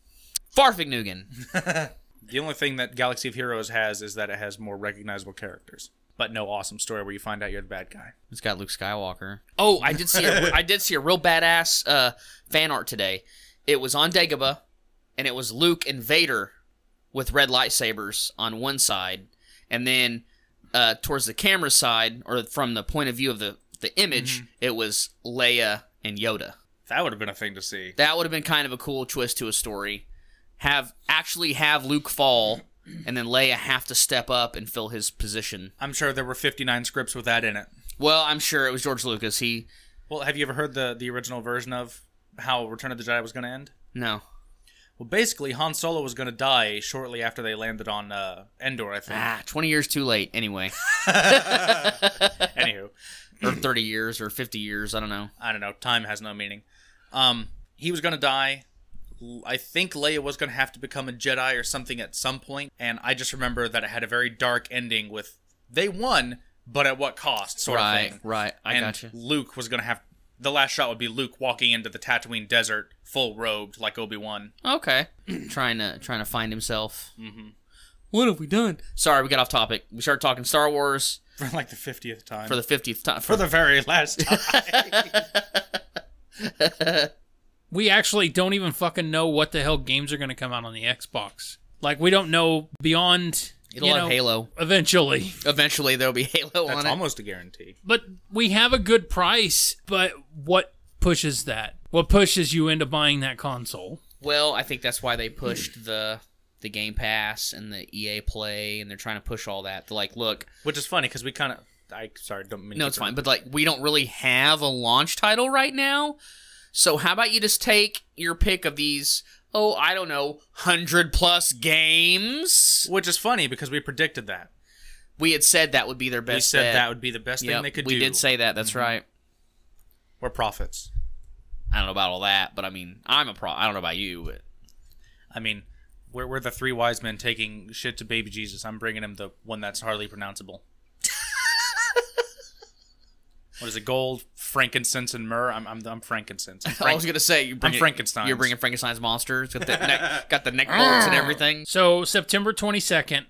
S2: Farfignugan.
S3: The only thing that Galaxy of Heroes has is that it has more recognizable characters, but no awesome story where you find out you're the bad guy.
S2: It's got Luke Skywalker. Oh, I did see a, I did see a real badass uh, fan art today. It was on Dagobah, and it was Luke and Vader with red lightsabers on one side, and then uh, towards the camera side, or from the point of view of the the image, it was Leia and Yoda.
S3: That would have been a thing to see.
S2: That would have been kind of a cool twist to a story. Have actually have Luke fall, and then Leia have to step up and fill his position.
S3: I'm sure there were 59 scripts with that in it.
S2: Well, I'm sure it was George Lucas. He
S3: Well, have you ever heard the the original version of how Return of the Jedi was going to end?
S2: no.
S3: Well, basically, Han Solo was going to die shortly after they landed on uh, Endor, I think.
S2: Ah, 20 years too late, anyway.
S3: Anywho,
S2: or 30 years or 50 years, I don't know.
S3: I don't know. Time has no meaning. Um, he was going to die. L- I think Leia was going to have to become a Jedi or something at some point, and I just remember that it had a very dark ending with they won, but at what cost, sort of thing.
S2: right. I
S3: and
S2: gotcha.
S3: Luke was going to have the last shot would be Luke walking into the Tatooine desert, full robed like Obi Wan.
S2: Okay. trying to trying to find himself. Mm-hmm. What have we done? Sorry, we got off topic. We started talking Star Wars
S3: for like the fiftieth time.
S2: for the 50th time.
S3: for the very last time.
S1: We actually don't even fucking know what the hell games are going to come out on the Xbox. Like we don't know beyond.
S2: It'll
S1: you
S2: have
S1: know,
S2: Halo.
S1: eventually,
S2: Eventually, there'll be Halo
S3: That's
S2: on it.
S3: almost a guarantee.
S1: but we have a good price. But what pushes that? What pushes you into buying that console?
S2: Well, I think that's why they pushed the the Game Pass and the EA Play, and they're trying to push all that. They're like, look,
S3: Which is funny because we kind of. I sorry, don't mean.
S2: no,
S3: to
S2: it's
S3: keep-
S2: fine, but like, we don't really have a launch title right now. So how about you just take your pick of these? Oh, I don't know, hundred plus games.
S3: Which is funny because we predicted that.
S2: We had said that would be their
S3: We
S2: best.
S3: said
S2: bet.
S3: that would be the best
S2: Yep,
S3: thing they could
S2: we
S3: do. Mm-hmm.
S2: did say that. That's right.
S3: we're profits.
S2: I don't know about all that, but I mean, I'm a pro. I don't know about you. But
S3: I mean, we're, we're the three wise men taking shit to baby Jesus. I'm bringing him the one that's hardly pronounceable. what is it? Gold, frankincense, and myrrh. I'm I'm, I'm frankincense. I'm
S2: I
S3: frank-
S2: was gonna say you bring it-
S3: Frankenstein's. Ah.
S2: You're bringing Frankenstein's monster. It's got the neck, got the neck bolts and everything.
S1: So September 22nd,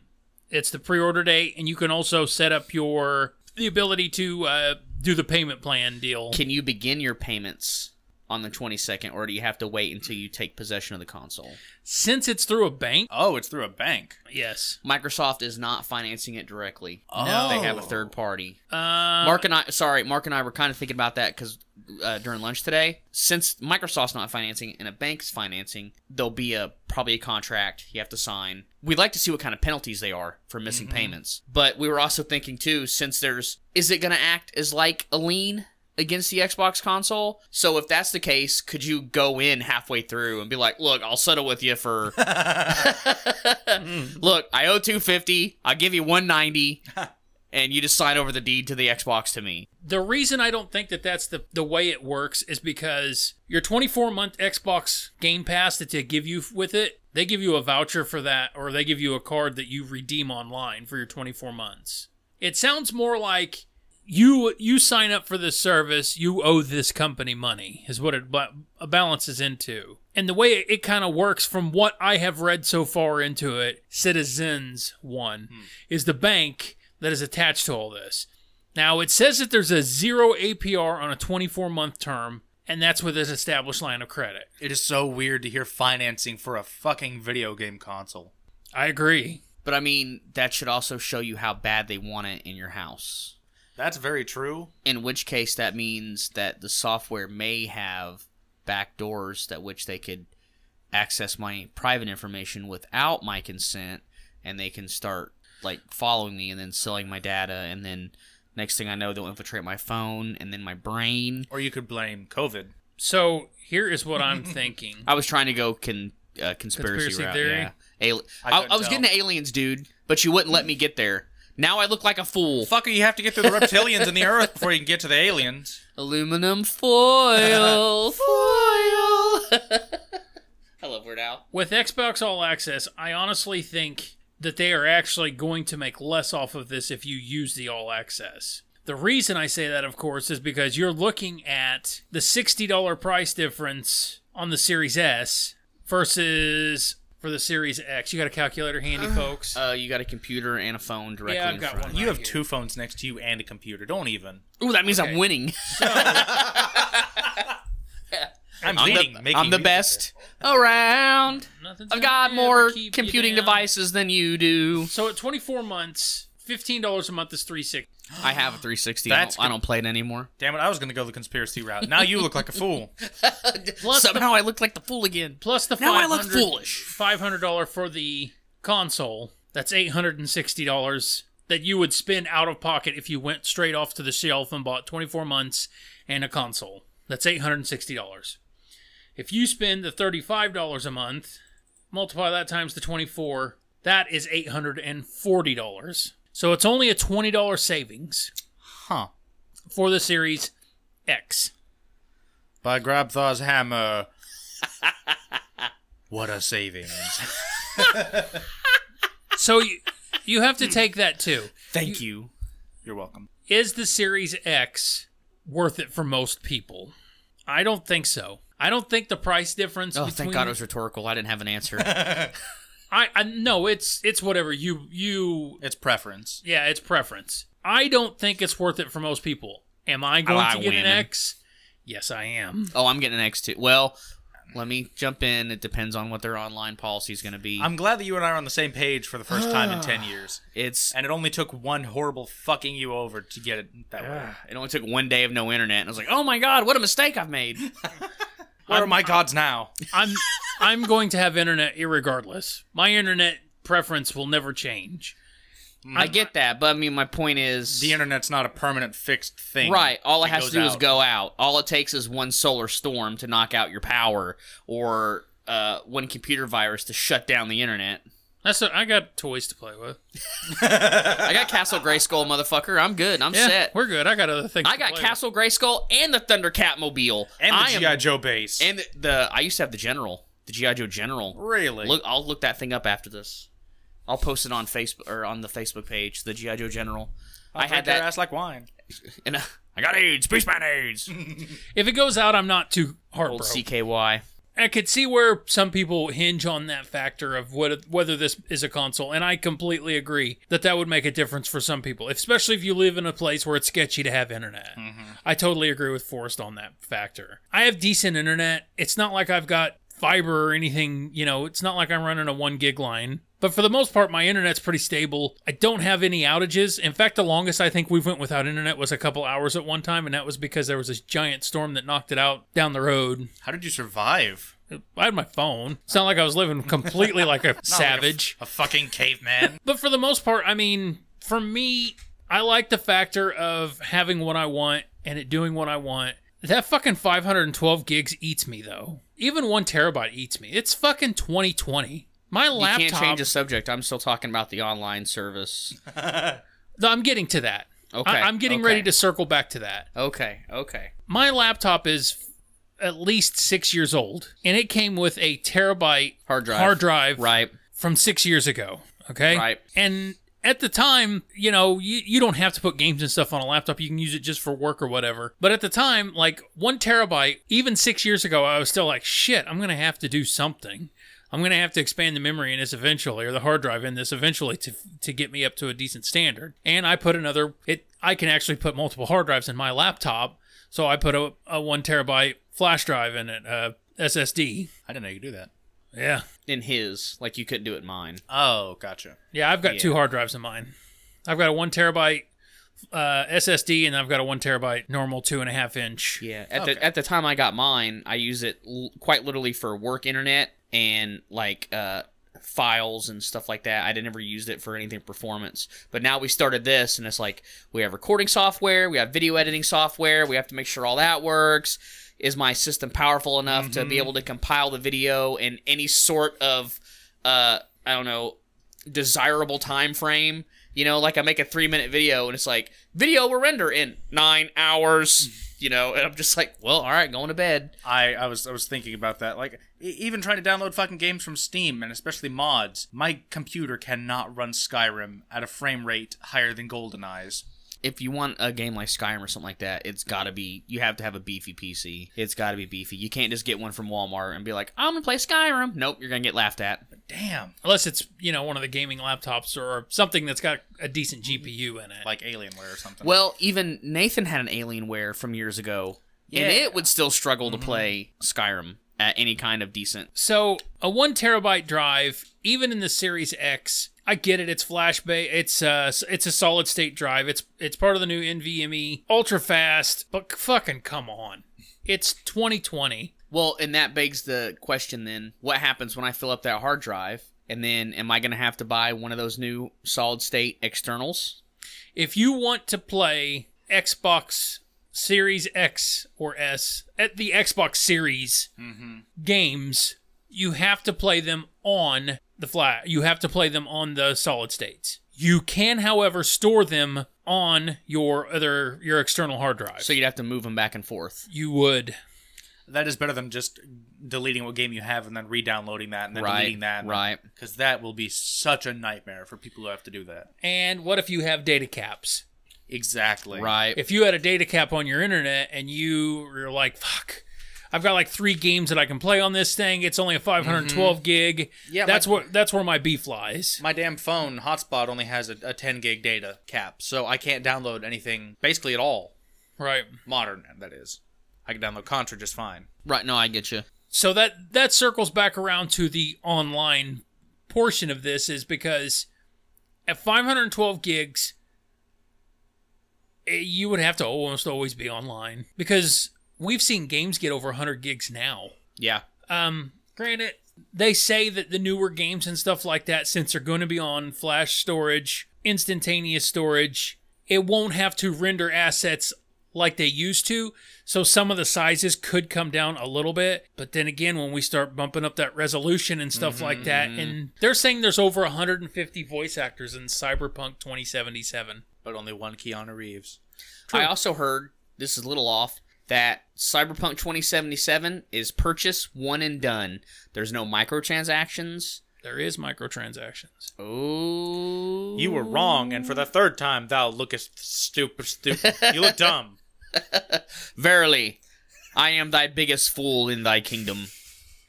S1: it's the pre-order date, and you can also set up your the ability to uh, do the payment plan deal.
S2: Can you begin your payments on the 22nd, or do you have to wait until you take possession of the console?
S1: Since it's through a bank,
S3: oh, it's through a bank.
S1: yes.
S2: Microsoft is not financing it directly.
S3: No.
S2: They have a third party.
S1: Uh,
S2: Mark and I, sorry, Mark and I were kind of thinking about that because uh, during lunch today, since Microsoft's not financing and a bank's financing, there'll be a probably a contract you have to sign. We'd like to see what kind of penalties they are for missing payments, but we were also thinking too, since there's, is it going to act as like a lien against the Xbox console? So if that's the case, could you go in halfway through and be like, look, I'll settle with you for, look, I owe two fifty, I'll give you one ninety. And you just sign over the deed to the Xbox to me.
S1: the reason I don't think that that's the, the way it works is because your 24 month Xbox Game Pass that they give you with it, they give you a voucher for that, or they give you a card that you redeem online for your 24 months. It sounds more like you you sign up for this service, you owe this company money, is what it ba- balances into. And the way it, it kind of works, from what I have read so far into it, Citizens one is the bank that is attached to all this. Now, it says that there's a zero APR on a 24 month term, and that's with an established line of credit.
S3: It is so weird to hear financing for a fucking video game console.
S1: I agree.
S2: But I mean, that should also show you how bad they want it in your house.
S3: That's very true.
S2: In which case, that means that the software may have back doors that which they could access my private information without my consent, and they can start like following me and then selling my data, and then next thing I know, they'll infiltrate my phone and then my brain.
S3: Or you could blame COVID.
S1: So, here is what I'm thinking.
S2: I was trying to go con- uh, conspiracy,
S1: Conspiracy
S2: route.
S1: theory?
S2: Yeah. Ali-
S3: I
S2: I, I,
S3: couldn't
S2: was
S3: tell.
S2: getting to aliens, dude, but you wouldn't let me get there. Now I look like a fool.
S3: Fucker, you have to get through the reptilians and the earth before you can get to the aliens.
S2: Aluminum foil. foil. I love Weird Al.
S1: With Xbox All Access, I honestly think that they are actually going to make less off of this if you use the All Access. The reason I say that, of course, is because you're looking at the $60 price difference on the Series S versus for the Series X. You got a calculator handy, folks?
S2: Uh, you got a computer and a phone directly
S1: Yeah, I've
S2: in
S1: got
S2: front.
S1: one.
S3: You have
S1: Right
S3: two phones next to you and a computer. Don't even.
S2: Ooh, that means I'm winning.
S3: I'm,
S2: I'm
S3: leading,
S2: the,
S3: making
S2: I'm the
S3: music.
S2: best around.
S1: Nothing's
S2: I've
S1: gonna
S2: got
S1: ever
S2: more
S1: keep you
S2: computing
S1: down.
S2: devices than you do.
S1: So at 24 months, $15 a month is 360.
S2: I have a 360. I
S3: That's
S2: don't, I don't play it anymore.
S3: Damn it, I was going to go the conspiracy route. Now you look like a fool.
S2: Somehow I look like the fool again.
S1: Plus the
S2: Now
S1: 500,
S2: I look foolish.
S1: $500 for the console. That's $860 that you would spend out of pocket if you went straight off to the shelf and bought 24 months and a console. That's $860. If you spend the $35 a month, multiply that times the 24, that is $840. So it's only a $20 savings
S3: Huh.
S1: for the Series X.
S3: By Grabthar's hammer. what a savings.
S1: So you, you have to take that too.
S3: Thank you. You're welcome.
S1: Is the Series X worth it for most people? I don't think so. I don't think the price difference.
S2: Oh,
S1: between,
S2: thank God it was rhetorical. I didn't have an answer.
S1: I, I no, it's it's whatever you you.
S3: It's preference.
S1: Yeah, it's preference. I don't think it's worth it for most people. Am I going
S2: I
S1: to get
S2: win.
S1: an X? Yes, I am.
S2: oh, I'm getting an X2. Well, Let me jump in. It depends on what their online policy is going to be.
S3: I'm glad that you and I are on the same page for the first time in 10 years.
S2: it's
S3: And it only took one horrible fucking you over to get it that way.
S2: it only took one day of no internet, and I was like, oh my god, what a mistake I've made.
S3: Where are my gods now?
S1: I'm I'm going to have internet irregardless. My internet preference will never change.
S2: I get that, but I mean, my point is
S3: The internet's not a permanent fixed thing.
S2: Right. All it
S3: that
S2: has to
S3: goes
S2: do is
S3: out.
S2: go out. All it takes is one solar storm to knock out your power, or uh, one computer virus to shut down the internet.
S1: That's what, I got toys to play with.
S2: I got Castle Grayskull, motherfucker. I'm good. I'm
S1: Yeah,
S2: set.
S1: we're good. I got other things.
S2: I
S1: to
S2: got
S1: play
S2: Castle Grayskull and the Thundercat mobile.
S3: And
S2: I
S3: the
S2: am-
S3: G.I. Joe base.
S2: and the I used to have the General, the GI Joe General.
S3: really?
S2: Look, I'll look that thing up after this. I'll post it on Facebook or on the Facebook page, the GI Joe General. i
S3: Drink
S2: had
S3: their
S2: that,
S3: ass like wine.
S2: and uh, I got AIDS, spaceman AIDS.
S1: with. If it goes out, I'm not too
S2: Old
S1: heartbroken.
S2: CKY.
S1: I could see where some people hinge on that factor of what, whether this is a console, and I completely agree that that would make a difference for some people, especially if you live in a place where it's sketchy to have internet. I totally agree with Forrest on that factor. I have decent internet. It's not like I've got fiber or anything, you know, it's not like I'm running a one gig line. But for the most part, my internet's pretty stable. I don't have any outages. In fact, the longest I think we went without internet was a couple hours at one time, and that was because there was this giant storm that knocked it out down the road.
S3: How did you survive?
S1: I had my phone. It's not like I was living completely like a savage.
S3: A fucking caveman.
S1: but for the most part, I mean, for me, I like the factor of having what I want and it doing what I want. That fucking 512 gigs eats me though. Even one terabyte eats me. It's fucking 2020. My
S2: You
S1: laptop.
S2: can't change the subject. I'm still talking about the online service.
S1: No, I'm getting to that.
S2: Okay,
S1: I, am getting
S2: okay.
S1: ready to circle back to that.
S2: Okay, okay.
S1: My laptop is at least six years old, and it came with a terabyte
S2: Hard drive.
S1: Hard drive.
S2: Right.
S1: from six years ago. Okay.
S2: Right.
S1: And at the time, you know, you, you don't have to put games and stuff on a laptop. You can use it just for work or whatever. But at the time, like one terabyte, even six years ago, I was still like, shit, I'm going to have to do something. I'm going to have to expand the memory in this eventually, or the hard drive in this eventually to, to get me up to a decent standard. And I put another, it, I can actually put multiple hard drives in my laptop. So I put a, a one terabyte flash drive in it, uh, SSD.
S3: I didn't know you could do that.
S1: Yeah.
S2: In his, like you couldn't do it in mine.
S3: Oh, gotcha.
S1: Yeah, I've got two hard drives in mine. I've got a one terabyte uh, SSD, and I've got a one terabyte normal two and a half inch.
S2: Yeah. At
S3: Okay.
S2: the at the time I got mine, I use it l- quite literally for work internet and like uh files and stuff like that. I didn't ever used it for anything performance. But now we started this and it's like we have recording software, we have video editing software, we have to make sure all that works. Is my system powerful enough to be able to compile the video in any sort of uh I don't know desirable time frame. You know, like I make a three minute video and it's like video will render in nine hours. You know, and I'm just like, well, all right, going to bed.
S3: I, I was I was thinking about that. Like e- even trying to download fucking games from Steam and especially mods, my computer cannot run Skyrim at a frame rate higher than GoldenEye's.
S2: If you want a game like Skyrim or something like that, it's got to be you have to have a beefy PC. It's got to be beefy. You can't just get one from Walmart and be like, I'm gonna play Skyrim. Nope, you're gonna get laughed at.
S3: Damn,
S1: Unless it's you know one of the gaming laptops or something that's got a decent GPU in it.
S3: like Alienware or something.
S2: Well, even Nathan had an Alienware from years ago, and it would still struggle to play Skyrim at any kind of decent.
S1: so a one terabyte drive, even in the Series X, I get it. It's flash bay. It's uh, it's a solid state drive. It's it's part of the new NVMe, E. ultra fast. But fucking come on, it's 2020.
S2: Well, and that begs the question then what happens when I fill up that hard drive? And then am I going to have to buy one of those new solid state externals?
S1: if you want to play Xbox Series X or S at the Xbox Series games, you have to play them on the flat. You have to play them on the solid states. You can, however, store them on your other your external hard drive.
S2: So you'd have to move them back and forth.
S1: you would.
S3: that is better than just deleting what game you have and then re-downloading that and then
S2: Right,
S3: deleting that.
S2: right.
S3: Because that will be such a nightmare for people who have to do that.
S1: And what if you have data caps?
S3: Exactly.
S2: Right.
S1: if you had a data cap on your internet and you were like, fuck, I've got like three games that I can play on this thing. It's only a 512 gig.
S3: Yeah,
S1: that's
S3: my-
S1: where that's where my beef lies.
S3: My damn phone hotspot only has a, a 10 gig data cap, so I can't download anything basically at all.
S1: Right.
S3: Modern, that is. I can download Contra just fine.
S2: Right. No, I get you.
S1: so that that circles back around to the online portion of this is because at 512 gigs eh, you would have to almost always be online because we've seen games get over 100 gigs now
S2: Yeah.
S1: um, granted, they say that the newer games and stuff like that, since they're going to be on flash storage, instantaneous storage, it won't have to render assets like they used to. So some of the sizes could come down a little bit. But then again, when we start bumping up that resolution and stuff like that, and they're saying there's over 150 voice actors in Cyberpunk 2077.
S3: But only one Keanu Reeves.
S2: I also heard this is a little off that Cyberpunk 2077 is purchase one and done. There's no microtransactions.
S1: There is microtransactions.
S2: Oh,
S5: You were wrong, and for the third time, thou lookest stupid, stupid. You look dumb.
S2: Verily, I am thy biggest fool in thy kingdom.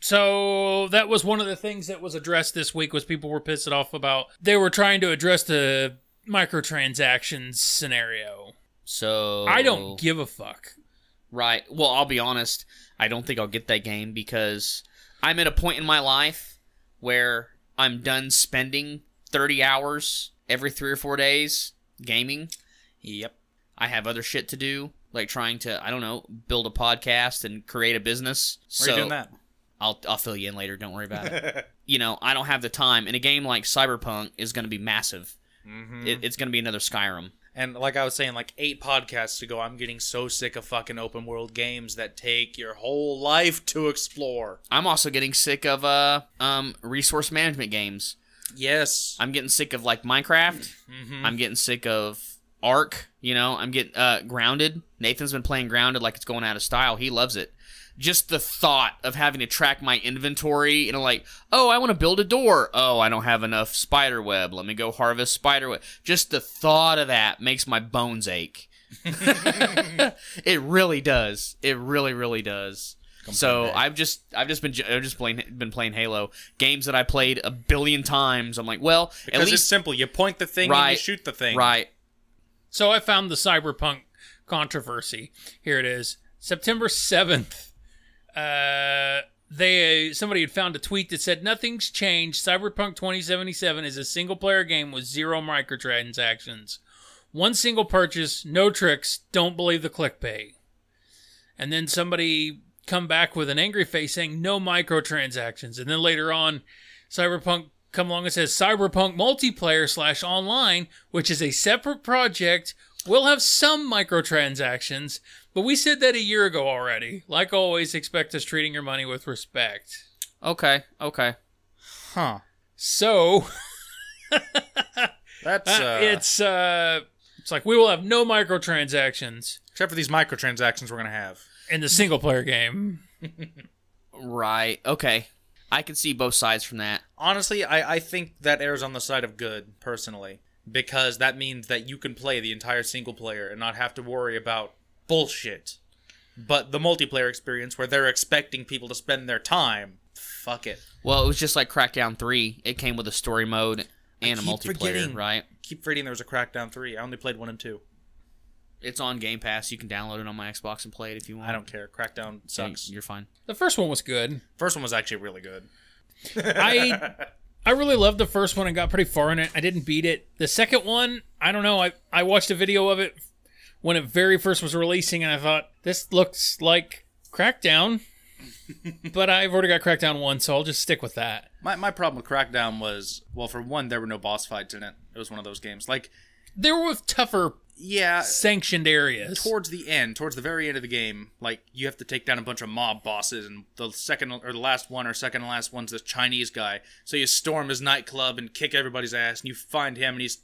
S1: So that was one of the things that was addressed this week was people were pissed off about they were trying to address the microtransactions scenario.
S2: So
S1: I don't give a fuck.
S2: Right. Well, I'll be honest. I don't think I'll get that game because I'm at a point in my life where I'm done spending 30 hours every three or four days gaming.
S3: Yep.
S2: I have other shit to do, like trying to, I don't know, build a podcast and create a business.
S5: Why
S2: so
S5: are you doing that?
S2: I'll, I'll fill you in later. Don't worry about it. you know, I don't have the time. And a game like Cyberpunk is going to be massive.
S5: Mm-hmm. Mm.
S2: It, it's going to be another Skyrim.
S5: And like I was saying, like eight podcasts ago, I'm getting so sick of fucking open world games that take your whole life to explore.
S2: I'm also getting sick of uh, um, resource management games.
S5: Yes.
S2: I'm getting sick of like Minecraft.
S1: Mm-hmm.
S5: Mm-hmm.
S2: I'm getting sick of Ark. You know, I'm getting uh, grounded. Nathan's been playing grounded like it's going out of style. He loves it. Just the thought of having to track my inventory and like, oh, I want to build a door. Oh, I don't have enough spider web. Let me go harvest spider web. Just the thought of that makes my bones ache. it really does. It really, really does. so I've just I've just been I've just playing been playing Halo games that I played a billion times. I'm like, well, at
S5: Because it's
S2: least
S5: simple. You point the thing and you
S2: Right.
S5: shoot the thing.
S2: right.
S1: So I found the cyberpunk controversy. Here it is. September 7th. Uh they somebody had found a tweet that said nothing's changed. Cyberpunk 2077 is a single player game with zero microtransactions. One single purchase, no tricks, don't believe the clickbait. And then somebody come back with an angry face saying no microtransactions. And then later on, Cyberpunk come along and says Cyberpunk multiplayer slash online, which is a separate project, will have some microtransactions, but we said that a year ago already. Like always, expect us treating your money with respect.
S2: Okay, okay.
S3: Huh.
S1: So
S3: That's
S1: uh,
S3: uh,
S1: it's uh, it's like we will have no microtransactions
S3: except for these microtransactions we're gonna have.
S1: in the single player game.
S2: Right. Okay. I can see both sides from that.
S3: Honestly, I, I think that errs on the side of good, personally, because that means that you can play the entire single player and not have to worry about bullshit. But the multiplayer experience where they're expecting people to spend their time, fuck it.
S2: Well, it was just like Crackdown 3. It came with a story mode and a
S3: keep
S2: multiplayer,
S3: forgetting.
S2: right?
S3: Keep forgetting there was a Crackdown 3. I only played 1 and 2.
S2: It's on Game Pass. You can download it on my Xbox and play it if you want.
S3: I don't care. Crackdown sucks.
S2: You're fine.
S1: The first one was good.
S3: First one was actually really good.
S1: I I really loved the first one and got pretty far in it. I didn't beat it. The second one, I don't know. I I watched a video of it when it very first was releasing, and I thought this looks like Crackdown, but I've already got Crackdown one, so I'll just stick with that.
S3: My, my problem with Crackdown was, well, for one, there were no boss fights in it. It was one of those games. Like,
S1: There were tougher
S3: yeah,
S1: sanctioned areas.
S3: towards the end, towards the very end of the game, like you have to take down a bunch of mob bosses, and the second or the last one or second to last one's this Chinese guy. So you storm his nightclub and kick everybody's ass, and you find him, and he's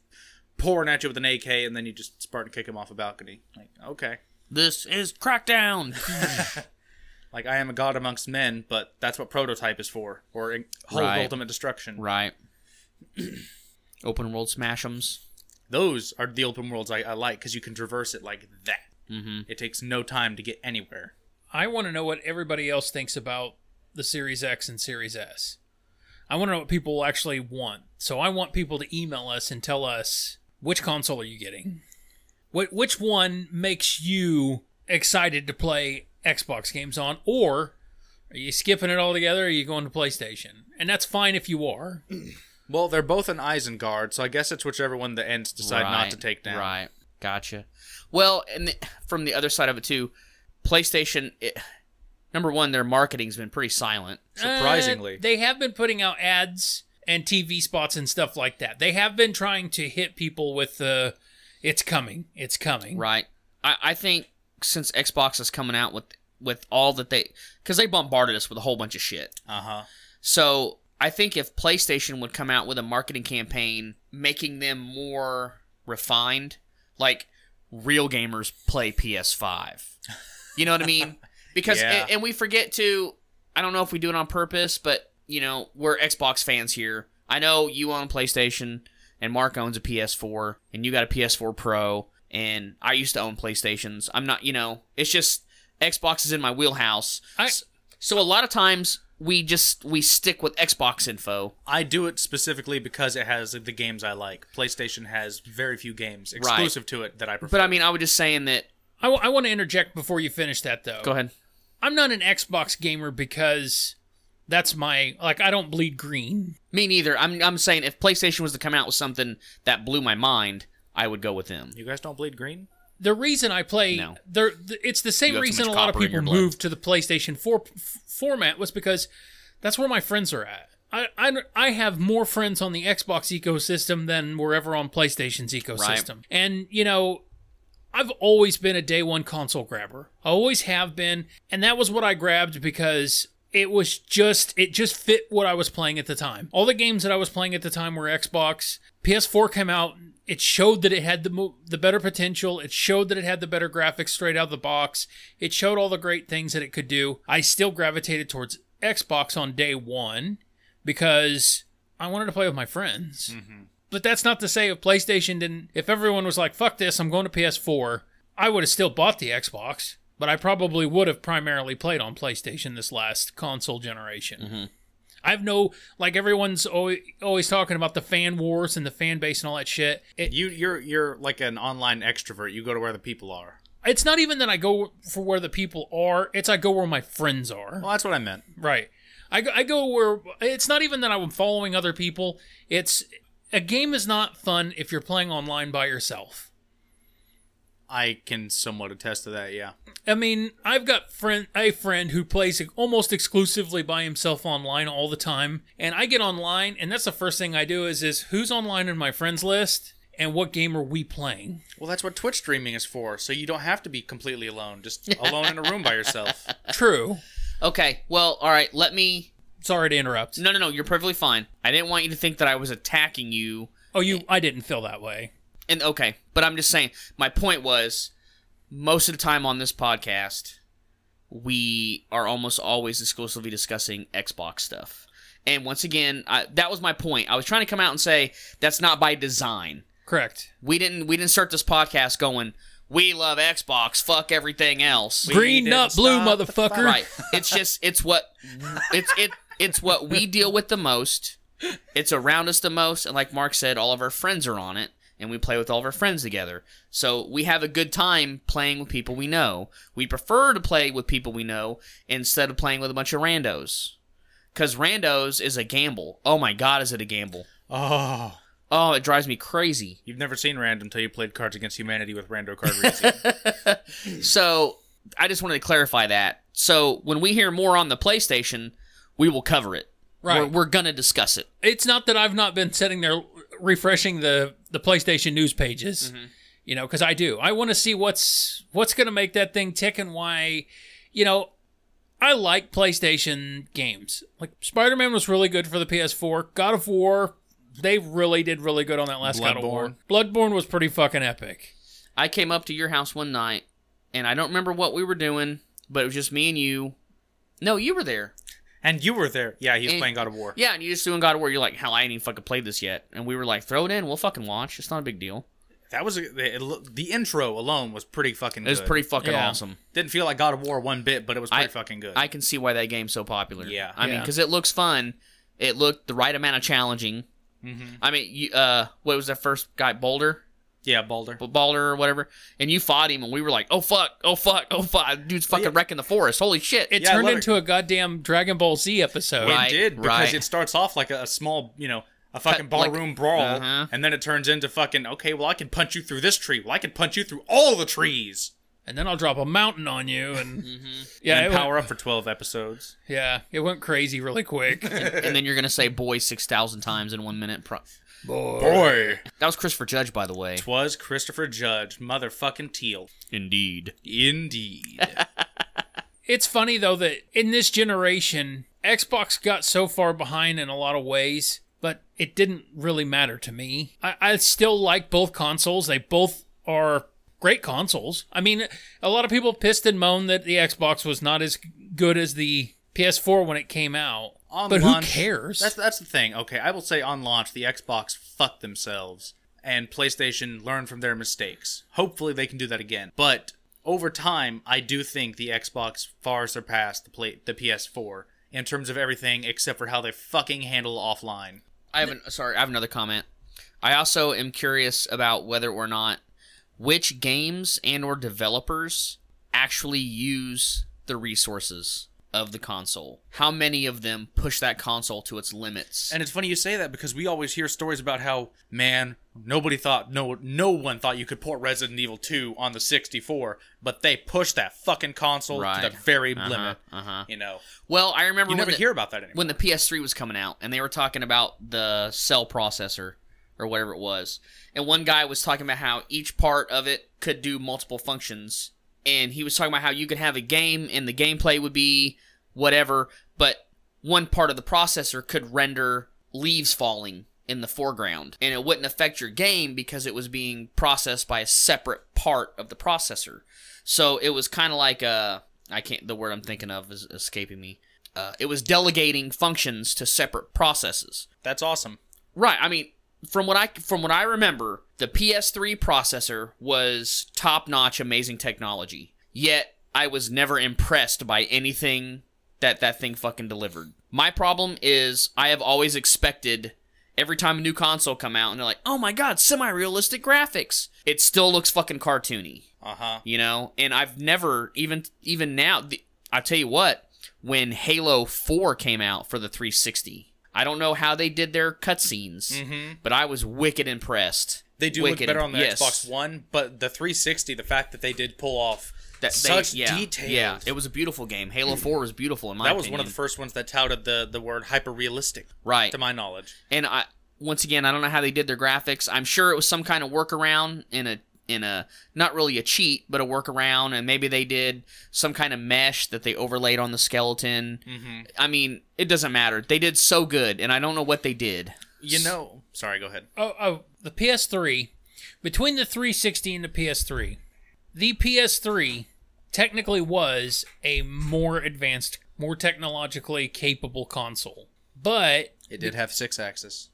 S3: pouring at you with an AK, and then you just Spartan kick him off a balcony. Like okay,
S2: This is Crackdown.
S3: like I am a god amongst men, but that's what Prototype is for, or in- Hulk
S2: Right.
S3: Ultimate Destruction.
S2: right. Open world smashems.
S3: Those are the open worlds I, I like because you can traverse it like that.
S2: Mm-hmm.
S3: It takes no time to get anywhere.
S1: I want to know what everybody else thinks about the Series X and Series S. I want to know what people actually want. So I want people to email us and tell us which console are you getting? What which one makes you excited to play Xbox games on or Are you skipping it altogether? Or are you going to PlayStation? And that's fine if you are. Uh,
S3: Well, they're both an Isengard, so I guess it's whichever one the Ents decide not
S2: Right,
S3: to take down.
S2: Right. Gotcha. Well, and the, from the other side of it too, PlayStation. It, number one, their marketing's been pretty silent.
S3: Surprisingly.
S1: Uh, they have been putting out ads and TV spots and stuff like that. They have been trying to hit people with the it's coming, it's coming.
S2: Right. I, I think since Xbox is coming out with with all that they because they bombarded us with a whole bunch of shit.
S3: Uh huh.
S2: So I think if PlayStation would come out with a marketing campaign making them more refined, like real gamers play PS5. You know what I mean? Because
S3: Yeah.
S2: and, and we forget to I don't know if we do it on purpose, but you know, we're Xbox fans here. I know you own a PlayStation and Mark owns a PS4 and you got a PS4 Pro and I used to own PlayStations. I'm not, you know, it's just Xbox is in my wheelhouse.
S1: I-
S2: So a lot of times we just we stick with Xbox info.
S3: I do it specifically because it has the games I like. PlayStation has very few games exclusive to it that I prefer.
S2: But I mean, I was just saying that.
S1: I want to interject before you finish that though.
S2: Go ahead.
S1: I'm not an Xbox gamer because that's my like I don't bleed green.
S2: Me neither. I'm I'm saying if PlayStation was to come out with something that blew my mind, I would go with them.
S3: you guys don't bleed green?
S1: The reason I play
S2: No.
S1: there th- it's the same
S2: You have too
S1: reason a
S2: much
S1: lot of
S2: copper in
S1: people
S2: your blood.
S1: moved to the PlayStation 4 p- f- format was because that's where my friends are at. I, I, I have more friends on the Xbox ecosystem than wherever on PlayStation's ecosystem. And, you know, I've always been a day one console grabber. I always have been, and that was what I grabbed because it was just it just fit what I was playing at the time. All the games that I was playing at the time were Xbox. PS4 came out, it showed that it had the mo- the better potential. It showed that it had the better graphics straight out of the box. It showed all the great things that it could do. I still gravitated towards Xbox on day 1 because I wanted to play with my friends. But that's not to say if PlayStation didn't, if everyone was like, fuck this, I'm going to PS4, I would have still bought the Xbox, but I probably would have primarily played on PlayStation this last console generation. I have no, like, everyone's always, always talking about the fan wars and the fan base and all that shit. It,
S3: You you're you're like an online extrovert. You go to where the people are.
S1: it's not even that I go for where the people are, it's I go where my friends are.
S3: Well, that's what I meant.
S1: Right. I go, I go where it's not even that I'm following other people. It's a game is not fun if you're playing online by yourself.
S3: I can somewhat attest to that. Yeah.
S1: I mean, I've got friend a friend who plays almost exclusively by himself online all the time, and I get online, and that's the first thing I do is is who's online in my friends list and what game are we playing?
S3: Well, that's what Twitch streaming is for. So you don't have to be completely alone. Just alone in a room by yourself.
S1: True.
S2: Okay. Well, all right. Let me.
S1: Sorry to interrupt.
S2: No, no, no. You're perfectly fine. I didn't want you to think that I was attacking you.
S1: Oh, you? I didn't feel that way.
S2: And okay, but I'm just saying. My point was, most of the time on this podcast, we are almost always exclusively discussing Xbox stuff. And once again, I, that was my point. I was trying to come out and say that's not by design.
S1: Correct.
S2: We didn't we didn't start this podcast going, we love Xbox, fuck everything else.
S1: Green
S3: didn't
S1: nut, blue
S3: stop the
S1: motherfucker.
S2: right. It's just it's what it's it it's what we deal with the most. It's around us the most, and like Mark said, all of our friends are on it, and we play with all of our friends together. So we have a good time playing with people we know. We prefer to play with people we know instead of playing with a bunch of randos. Cause randos is a gamble. Oh my god, is it a gamble?
S3: Oh,
S2: Oh, it drives me crazy.
S3: you've never seen Rand until you played Cards Against Humanity with Rando Card Reason.
S2: So I just wanted to clarify that. So when we hear more on the PlayStation, we will cover it.
S1: Right.
S2: We're, we're gonna discuss it.
S1: it's not that I've not been sitting there refreshing the the PlayStation news pages,
S3: Mm-hmm.
S1: you know, because I do. I want to see what's what's going to make that thing tick and why, you know, I like PlayStation games. Like Spider Man was really good for the PS4. God of War, they really did really good on that last God of War. Bloodborne was pretty fucking epic.
S2: I came up to your house one night, and I don't remember what we were doing, but it was just me and you. No, you were there.
S3: and you were there. Yeah, he's
S2: And-
S3: playing God of War.
S2: Yeah, and you just doing God of War. You're like, hell, I ain't even fucking played this yet. And we were like, throw it in. We'll fucking watch. It's not a big deal.
S3: That was a, it, lo- the intro alone was pretty fucking.
S2: It was
S3: good.
S2: pretty fucking
S1: Yeah.
S2: awesome.
S3: Didn't feel like God of War one bit, but it was pretty fucking good.
S2: I can see why that game's so popular.
S3: Yeah.
S2: I mean,
S1: Yeah.
S2: because it looks fun. It looked the right amount of challenging. Mm-hmm. I mean, you, uh, what was that first guy? Boulder.
S3: Yeah, Balder.
S2: Balder or whatever, and you fought him, and we were like, "Oh fuck! Oh fuck! Oh fuck! Dude's fucking wrecking the forest! Holy shit!"
S1: It
S3: Yeah, I
S1: turned
S3: love it.
S1: into a goddamn Dragon Ball Z episode.
S2: Right.
S3: it did because
S2: right.
S3: it starts off like a, a small, you know, a fucking
S2: Cut, like-
S3: barroom brawl,
S2: Uh-huh.
S3: and then it turns into fucking okay. Well, I can punch you through this tree. Well, I can punch you through all the trees.
S1: And then I'll drop a mountain on you and
S3: Mm-hmm.
S1: yeah,
S3: And
S1: it went,
S3: power up for twelve episodes.
S1: yeah, it went crazy really quick.
S2: and then you're gonna say "boy" six thousand times in one minute. Pro-
S6: Boy.
S2: That was Christopher Judge, by the way.
S3: Twas Christopher Judge, motherfucking teal.
S2: Indeed.
S3: Indeed.
S1: It's funny though that in this generation, Xbox got so far behind in a lot of ways, but it didn't really matter to me. I, I still like both consoles. They both are great consoles. I mean, a lot of people pissed and moaned that the Xbox was not as good as the PS4 when it came out.
S3: On
S1: but
S3: launch-
S1: who cares?
S3: That's that's the thing. Okay, I will say on launch, the Xbox fucked themselves, and PlayStation learned from their mistakes. Hopefully, they can do that again. But over time, I do think the Xbox far surpassed the play, the PS4 in terms of everything except for how they fucking handle offline.
S2: I have an, sorry, I have another comment. I also am curious about whether or not which games and or developers actually use the resources of the console. How many of them push that console to its limits?
S3: And it's funny you say that because we always hear stories about how man, nobody thought no no one thought you could port Resident Evil 2 on the 64, but they pushed that fucking console to
S2: Right.
S3: the very
S2: Uh-huh,
S3: limit.
S2: uh-huh.
S3: You know,
S2: well, I remember
S3: you
S2: when
S3: never
S2: the,
S3: hear about that anymore.
S2: when the PS3 was coming out and they were talking about the cell processor or whatever it was. And one guy was talking about how each part of it could do multiple functions. And he was talking about how you could have a game and the gameplay would be whatever, but one part of the processor could render leaves falling in the foreground. And it wouldn't affect your game because it was being processed by a separate part of the processor. So it was kind of like a. I can't. The word I'm thinking of is escaping me uh, it was delegating functions to separate processes.
S3: That's awesome.
S2: Right. I mean, from what I from what I remember, the PS3 processor was top notch, amazing technology. Yet I was never impressed by anything that that thing fucking delivered. My problem is I have always expected every time a new console come out and they're like, oh my god, semi realistic graphics. It still looks fucking cartoony
S3: Uh-huh.
S2: you know and i've never even even now the, i tell you what when halo 4 came out for the 360 i don't know how they did their cutscenes but i was wicked impressed
S3: Mm-hmm. They do
S2: Wicked
S3: look better
S2: imp-
S3: on the
S2: yes.
S3: Xbox One, but the 360, the fact that they did pull off
S2: that they-
S3: such
S2: yeah,
S3: detail.
S2: yeah it was a beautiful game halo 4 was beautiful in my
S3: Mm-hmm. that was one of the
S2: opinion.
S3: first ones that touted the, the word hyper realistic,
S2: right
S3: to my knowledge.
S2: and I once again I don't know how they did their graphics. I'm sure it was some kind of workaround in a in a not really a cheat, but a workaround, and maybe they did some kind of mesh that they overlaid on the skeleton. I mean, it doesn't matter. They did so good, and I don't know what they did.
S3: You know. Sorry, go ahead.
S1: oh, oh, the PS3, between the 360 and the PS3, the PS3 technically was a more advanced, more technologically capable console. But
S3: It did have six axis.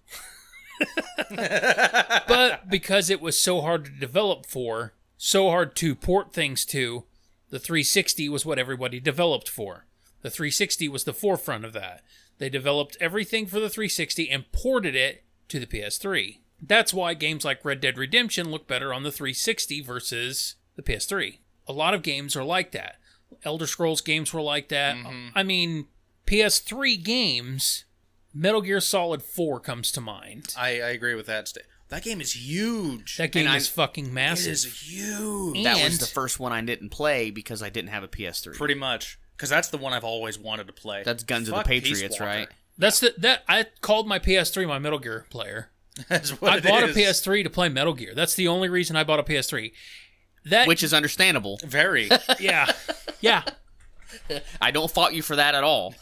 S1: but because it was so hard to develop for, so hard to port things to, the 360 was what everybody developed for. The 360 was the forefront of that. They developed everything for the 360 and ported it to the PS3. That's why games like Red Dead Redemption look better on the 360 versus the PS3. A lot of games are like that. Elder Scrolls games were like that. I mean, PS3 games, Metal Gear Solid 4 comes to mind.
S3: I, I agree with that. St- that game is huge.
S1: That game
S2: And
S1: is
S2: I'm-
S1: fucking
S3: it
S1: massive.
S3: is huge.
S2: That
S1: And-
S2: was the first one I didn't play because I didn't have a PS3.
S3: Pretty much. Because that's the one I've always wanted to play.
S2: That's Guns of the
S3: Fuck Peace
S2: Patriots,
S3: Walker.
S2: right?
S1: That's the that I called my PS3 my Metal Gear player.
S3: That's what
S1: I
S3: it
S1: bought
S3: is.
S1: a PS3 to play Metal Gear. That's the only reason I bought a PS3. That
S2: Which is understandable.
S3: Very.
S1: yeah. Yeah.
S2: I don't fault you for that at all.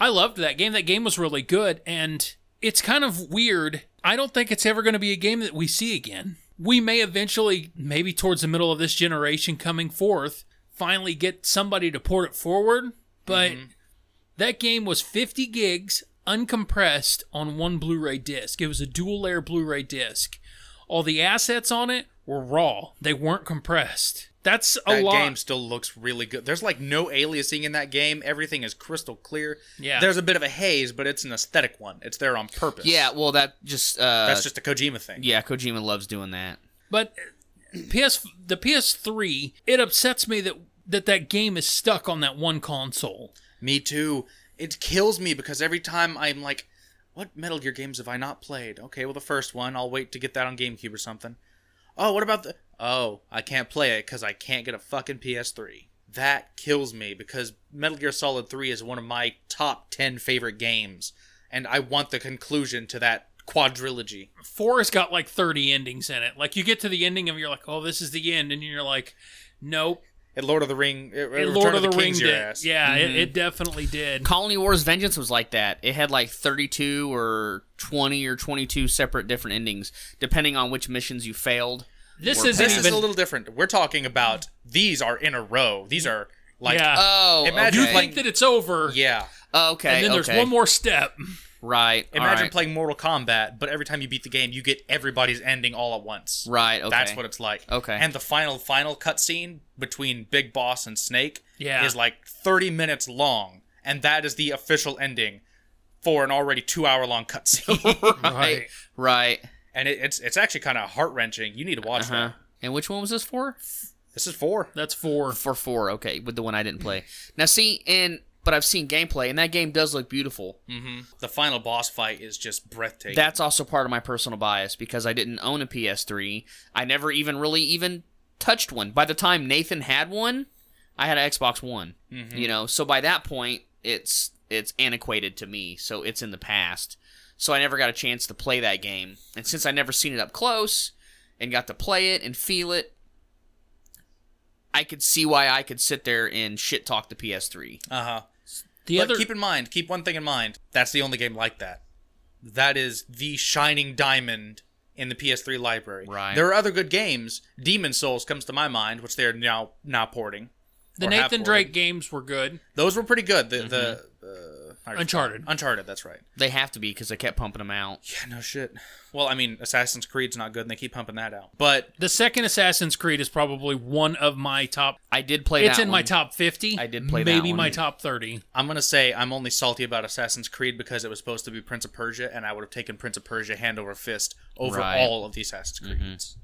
S1: I loved that game. That game was really good and it's kind of weird. I don't think it's ever going to be a game that we see again. We may eventually maybe towards the middle of this generation coming forth finally get somebody to port it forward, but
S3: Mm-hmm.
S1: that game was 50 gigs uncompressed on one Blu-ray disc. It was a dual layer Blu-ray disc. All the assets on it were raw. They weren't compressed. That's a
S3: that
S1: lot.
S3: game still looks really good. There's like no aliasing in that game. Everything is crystal clear.
S1: Yeah.
S3: There's a bit of a haze, but it's an aesthetic one. It's there on purpose.
S2: Yeah, well, that just uh,
S3: That's just a Kojima thing.
S2: yeah, Kojima loves doing that.
S1: But PS the PS3, it upsets me that that that game is stuck on that one console.
S3: Me too. It kills me because every time I'm like, what Metal Gear games have I not played? Okay, well, the first one, I'll wait to get that on GameCube or something. Oh, what about the. Oh, I can't play it because I can't get a fucking PS3. That kills me because Metal Gear Solid 3 is one of my top 10 favorite games, and I want the conclusion to that quadrilogy.
S1: Four has got like 30 endings in it. Like you get to the ending and you're like, "Oh, this is the end." And you're like, "Nope."
S3: At Lord of the Ring. uh,
S1: And
S3: Return
S1: Lord of
S3: of
S1: the, Ring
S3: King's
S1: did.
S3: your ass.
S1: Yeah, it, it definitely did.
S2: Colony Wars Vengeance was like that. It had like 32 or 20 or 22 separate different endings, depending on which missions you failed.
S1: This
S2: Or
S1: isn't
S3: This is
S1: even
S3: a little different. We're talking about these are in a row. These are like
S1: Yeah.
S2: Oh,
S3: Imagine
S1: you
S2: okay. Oh,
S1: think that it's over.
S3: yeah.
S2: okay,
S1: And then there's
S2: okay.
S1: one more step.
S2: Right.
S3: Imagine
S2: alright,
S3: playing Mortal Kombat, but every time you beat the game, you get everybody's ending all at once.
S2: Right. Okay.
S3: That's what it's like.
S2: Okay.
S3: And the final final cutscene between Big Boss and Snake
S1: Yeah.
S3: is like 30 minutes long, and that is the official ending for an already two hour long cutscene.
S1: Right.
S2: Right.
S3: and it, it's it's actually kind of heart wrenching. You need to watch
S2: Uh-huh.
S3: that.
S2: And which one was this for?
S3: This is four.
S1: That's four.
S2: For four. Okay, with the one I didn't play. Now see, and but I've seen gameplay, and that game does look beautiful.
S3: Mm-hmm. The final boss fight is just breathtaking.
S2: That's also part of my personal bias because I didn't own a PS3. I never even really even touched one. By the time Nathan had one, I had an Xbox One.
S3: Mm-hmm.
S2: You
S1: Hmm.
S2: know, so by that point, it's it's antiquated to me. So it's in the past. So I never got a chance to play that game. And since I never seen it up close and got to play it and feel it, I could see why I could sit there and shit talk the PS3.
S3: uh huh.
S1: The
S3: but
S1: other
S3: keep in mind, keep one thing in mind. That's the only game like that. That is the shining diamond in the PS3 library.
S2: Right.
S3: There are other good games. Demon Souls comes to my mind, which they're now now porting.
S1: the
S3: or half
S1: Nathan
S3: ordered.
S1: Drake games were good.
S3: Those were pretty good. The the uh, I forget.
S1: Uncharted.
S3: Uncharted. That's right.
S2: They have to be because I kept pumping them out.
S3: Yeah, no shit. Well, I mean, Assassin's Creed's not good, and they keep pumping that out. But
S1: The second Assassin's Creed is probably one of my top.
S2: I did play.
S1: It's
S2: that
S1: in my
S2: one.
S1: top fifty.
S2: I did play that
S1: maybe
S2: one.
S1: my top thirty.
S3: I'm gonna say I'm only salty about Assassin's Creed because it was supposed to be Prince of Persia, and I would have taken Prince of Persia hand over fist over
S2: Right.
S3: all of the Assassin's Creeds.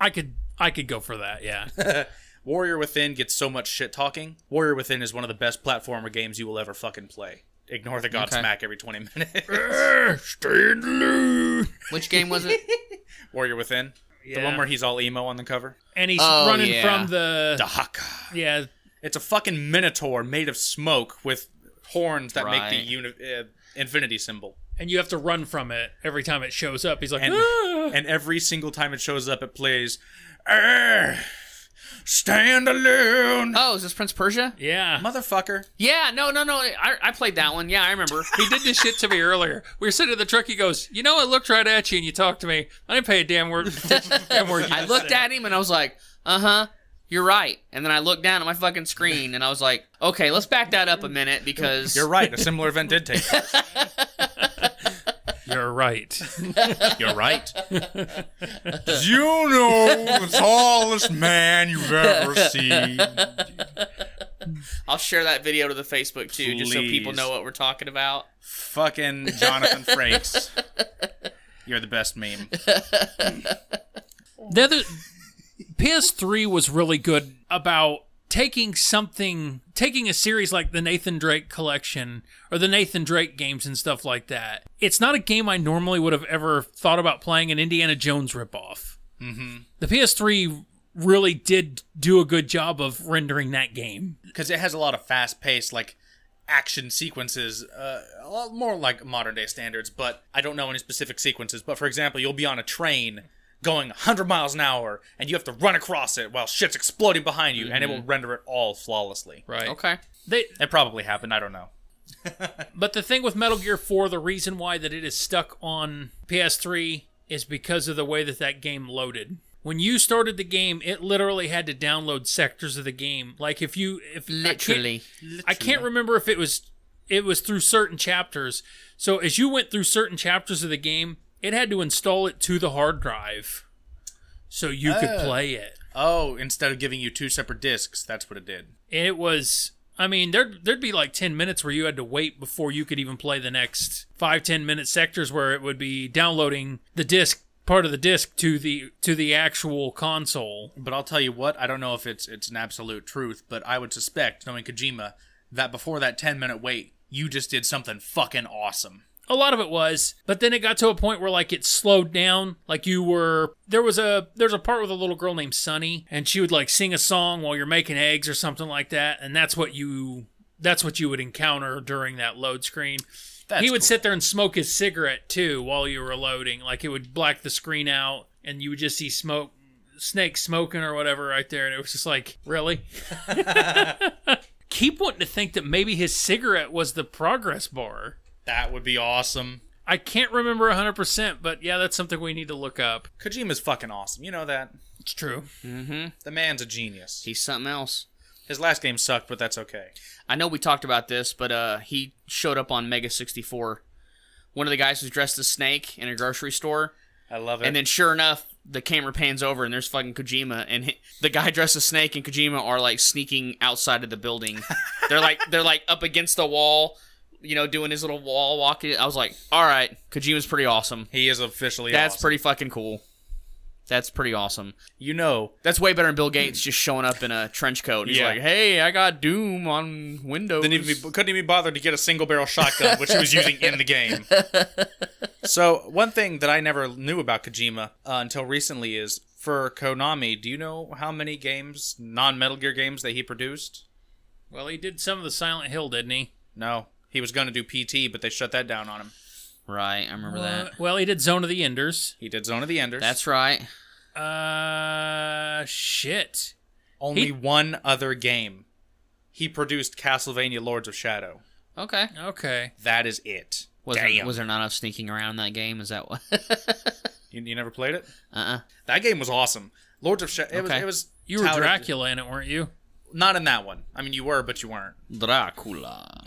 S1: I could I could go for that. Yeah.
S3: Warrior Within gets so much shit talking. Warrior Within is one of the best platformer games you will ever fucking play. Ignore the Godsmack smack every 20 minutes.
S1: Eh,
S2: Which game was it?
S3: Warrior Within. The one where he's all emo on the cover.
S1: and he's
S2: Oh,
S1: running
S2: yeah.
S1: from the
S3: Dahaka.
S1: yeah
S3: It's a fucking minotaur made of smoke with horns that make
S2: Right.
S3: the uni- uh, infinity symbol.
S1: and you have to run from it every time it shows up he's like
S3: And,
S1: "Ah."
S3: and every single time it shows up, it plays, "Arr, Stand alone.
S2: Oh, is this Prince Persia?
S1: yeah
S3: Motherfucker.
S2: Yeah, no, no, no. I, I played that one. Yeah, I remember.
S1: he did this shit to me earlier we were sitting in the truck he goes you know I looked right at you and you talked to me I didn't pay a damn word damn word you
S2: I
S1: just
S2: looked
S1: said."
S2: at him and I was like, uh huh, you're right. And then I looked down at my fucking screen and I was like, okay, let's back that up a minute because
S3: You're right. A similar event did take place.
S1: you're right
S3: You're right.
S7: You know the tallest man you've ever seen.
S2: I'll share that video to the Facebook too, just so people
S3: Please.
S2: know what we're talking about.
S3: Fucking Jonathan Frakes. You're the best meme.
S1: The other PS3 was really good about taking something, taking a series like the Nathan Drake collection or the Nathan Drake games and stuff like that. It's not a game I normally would have ever thought about playing an Indiana Jones ripoff. Mm-hmm. The PS3 really did do a good job of rendering that game.
S3: Because it has a lot of fast paced, like, action sequences, uh, a lot more like modern day standards, but I don't know any specific sequences. But for example, you'll be on a train going 100 miles an hour and you have to run across it while shit's exploding behind you, and it will render it all flawlessly.
S1: Right.
S2: Okay.
S1: They,
S3: It probably happened. I don't know.
S1: But the thing with Metal Gear 4, the reason why that it is stuck on PS3 is because of the way that that game loaded. When you started the game, it literally had to download sectors of the game. Like if you if I can't-
S2: Literally.
S1: I can't remember if it was it was through certain chapters. So as you went through certain chapters of the game, it had to install it to the hard drive so you could play it.
S3: Oh, instead of giving you two separate discs, that's what it did.
S1: And it was I mean, there'd there'd be like ten minutes where you had to wait before you could even play the next five, ten minute sectors where it would be downloading the disc, part of the disc to the to the actual console.
S3: But I'll tell you what, I don't know if it's it's an absolute truth, but I would suspect, knowing Kojima, that before that 10 minute wait, you just did something fucking awesome.
S1: a lot of it was but then it got to a point where like it slowed down like you were there was a there's a part with a little girl named sunny and she would like sing a song while you're making eggs or something like that and that's what you that's what you would encounter during that load screen
S3: That's
S1: he would
S3: cool.
S1: sit there and smoke his cigarette too while you were loading like it would black the screen out and you would just see smoke snake smoking or whatever right there and it was just like really keep wanting to think that maybe his cigarette was the progress bar
S3: That would be awesome.
S1: I can't remember 100%, but yeah, that's something we need to look up.
S3: Kojima's fucking awesome. You know that.
S1: It's true.
S3: The man's a genius.
S2: Mm-hmm. He's something else.
S3: His last game sucked, but that's okay.
S2: I know we talked about this, but uh, he showed up on Mega 64. One of the guys was dressed as Snake in a grocery store,
S3: I love it.
S2: and then sure enough, the camera pans over and there's fucking Kojima, and he, the guy dressed as Snake and Kojima are like sneaking outside of the building. they're like they're like up against the wall, you know, doing his little wall walking. I was like, all right, Kojima's pretty awesome.
S3: he is officially
S2: That's
S3: awesome.
S2: pretty fucking cool. That's pretty awesome.
S3: You know,
S2: That's way better than Bill Gates just showing up in a trench coat. He's
S3: Yeah.
S2: like, "Hey, I got Doom on Windows."
S3: didn't even be, couldn't even be bothered to get a single barrel shotgun, which he was using in the game. So one thing that I never knew about Kojima uh, until recently is for Konami. Do you know how many games, non Metal Gear games, that he produced?
S1: Well, he did some of the Silent Hill, didn't he?
S3: No, he was going to do PT, but they shut that down on him.
S2: right, I remember that.
S1: Well, he did Zone of the Enders.
S3: He did Zone of the Enders.
S2: That's right.
S1: Uh, shit.
S3: only
S1: he-
S3: one other game. He produced Castlevania: Lords of Shadow.
S2: Okay.
S1: Okay.
S3: That is it.
S2: Was there,
S3: Damn.
S2: was there not enough sneaking around in that game? Is that what?
S3: you, you never played it?
S2: uh-uh.
S3: That game was awesome. Lords of Shadow. It was.
S2: Okay.
S3: It was.
S1: You were
S3: touted-
S1: Dracula in it, weren't you?
S3: Not in that one. I mean, you were, but you weren't.
S2: Dracula.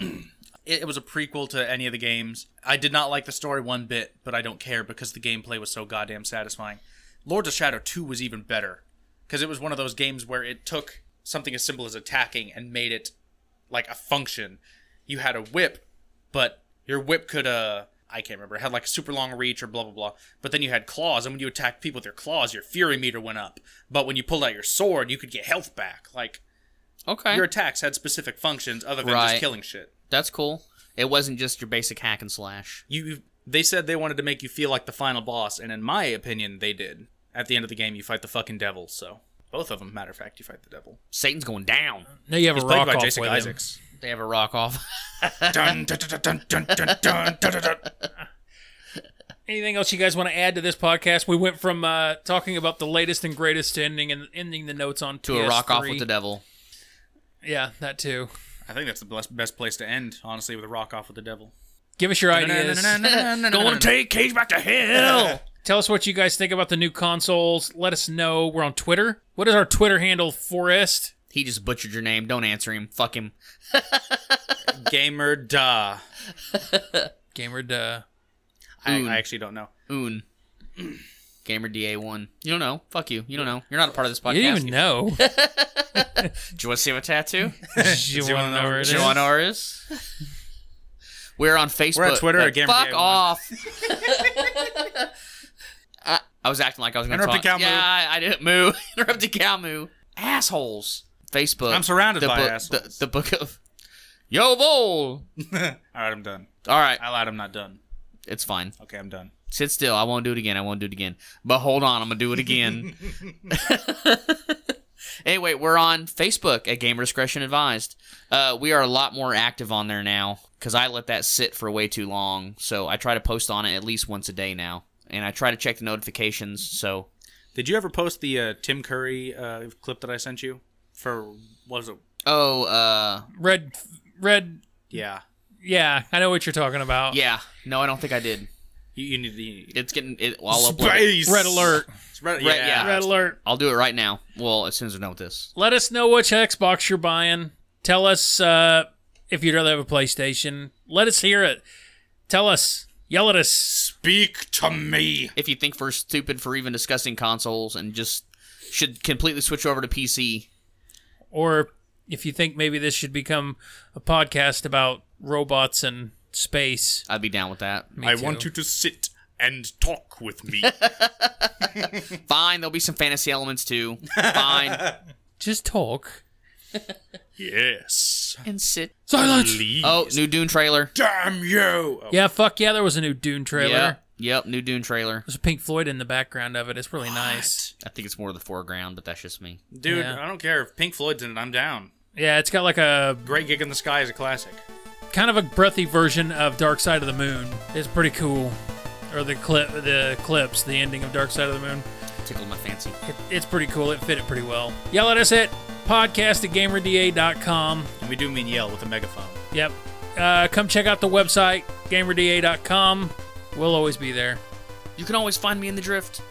S3: It, it was a prequel to any of the games. I did not like the story one bit, but I don't care because the gameplay was so goddamn satisfying. Lords of Shadow 2 was even better because it was one of those games where it took something as simple as attacking and made it like a function. You had a whip, but your whip could, uh, I can't remember, it had like a super long reach or blah, blah, blah. But then you had claws, and when you attacked people with your claws, your fury meter went up. But when you pulled out your sword, you could get health back. Like,
S2: Okay.
S3: your attacks had specific functions other than
S2: Right.
S3: just killing shit.
S2: That's cool. It wasn't just your basic hack and slash.
S3: you you- they said they wanted to make you feel like the final boss and in my opinion they did at the end of the game you fight the fucking devil so both of them matter of fact you fight the devil
S2: Satan's going down.
S1: No, you have
S3: He's
S1: a
S3: played
S1: rock
S3: by
S1: off
S3: jason
S1: with him.
S3: isaacs
S2: They have a rock off.
S8: Dun, dun, dun, dun, dun, dun, dun, dun, dun.
S1: Anything else you guys want to add to this podcast? We went from uh, talking about the latest and greatest to ending and ending the notes on
S2: to a rock off with the devil.
S1: Yeah, that too.
S3: i think that's the best, best place to end honestly with a rock off with the devil
S1: Give us your ideas.
S8: Gonna take Cage back to hell.
S1: Tell us what you guys think about the new consoles. Let us know. We're on Twitter. What is our Twitter handle, Forrest?
S2: He just butchered your name. Don't answer him. Fuck him.
S3: gamer duh
S1: Gamer duh.
S3: I,
S2: Oon.
S3: I actually don't know
S2: Oon. Gamer DA1. You don't know. Fuck you. You don't know. You're not a part of this podcast.
S1: You didn't even know.
S2: Do you want to see my tattoo?
S1: you want to know where it
S2: Do you want
S1: is?
S2: ours? We're on Facebook.
S3: We're on Twitter
S2: but
S3: at Gamer
S2: Fuck
S3: Gamer.
S2: off. I, I was acting like I was going to talk.
S3: Interrupted cow moo.
S2: Yeah, I, I didn't move. Interrupted cow moo. Assholes. Facebook.
S3: I'm surrounded
S2: the
S3: by
S2: book,
S3: assholes.
S2: The, the book of Yo Vol.
S3: all right i'm done
S2: All right,
S3: i lied i'm not done
S2: it's fine.
S3: okay i'm done
S2: Sit still. I won't do it again. I won't do it again. But hold on, I'm gonna do it again. anyway, we're on Facebook at Gamer Discretion Advised. Uh, we are a lot more active on there now because I let that sit for way too long. So I try to post on it at least once a day now, and I try to check the notifications. So
S3: did you ever post the uh, tim curry uh, clip that i sent you for what was it
S2: oh, uh,
S1: Red, red.
S3: yeah
S1: Yeah, I know what you're talking about.
S2: yeah, no, I don't think I did.
S3: you, you need the
S2: It's getting it. I'll upload. it.
S3: space
S1: Red alert.
S3: It's red,
S2: Red-
S3: yeah.
S2: yeah.
S1: Red alert.
S2: I'll do it right now. Well, as soon as I know with this.
S1: Let us know which Xbox you're buying. Tell us uh, if you'd rather have a PlayStation. Let us hear it. Tell us. Yell at us.
S8: Speak to me.
S2: if you think we're stupid for even discussing consoles and just should completely switch over to PC.
S1: Or if you think maybe this should become a podcast about robots and space.
S2: I'd be down with that.
S1: Me
S3: I
S1: too.
S3: want you to sit
S4: and talk with me.
S2: Fine, there'll be some fantasy elements too. Fine.
S1: Just talk.
S4: yes.
S2: and sit.
S1: Silence.
S4: Please.
S2: Oh, new Dune trailer.
S4: Damn you! Oh,
S1: Yeah, fuck yeah, there was a new Dune trailer.
S2: Yep. Yep, new Dune trailer.
S1: There's a Pink Floyd in the background of it. It's really nice.
S2: I think it's more the foreground, but that's just me.
S5: Dude,
S1: Yeah.
S5: I don't care if Pink Floyd's in it. I'm down.
S1: Yeah, it's got like a
S5: Great Gig in the Sky is a classic.
S1: kind of a breathy version of Dark Side of the Moon. It's pretty cool. Or the clip, the clips, the ending of Dark Side of the Moon.
S2: Tickled my fancy.
S1: It, it's pretty cool. It fit it pretty well. Yell at us at podcast at gamerda.com.
S5: And we do mean yell with a megaphone.
S1: Yep. Uh, come check out the website, gamerda.com. We'll always be there.
S2: You can always find me in the drift.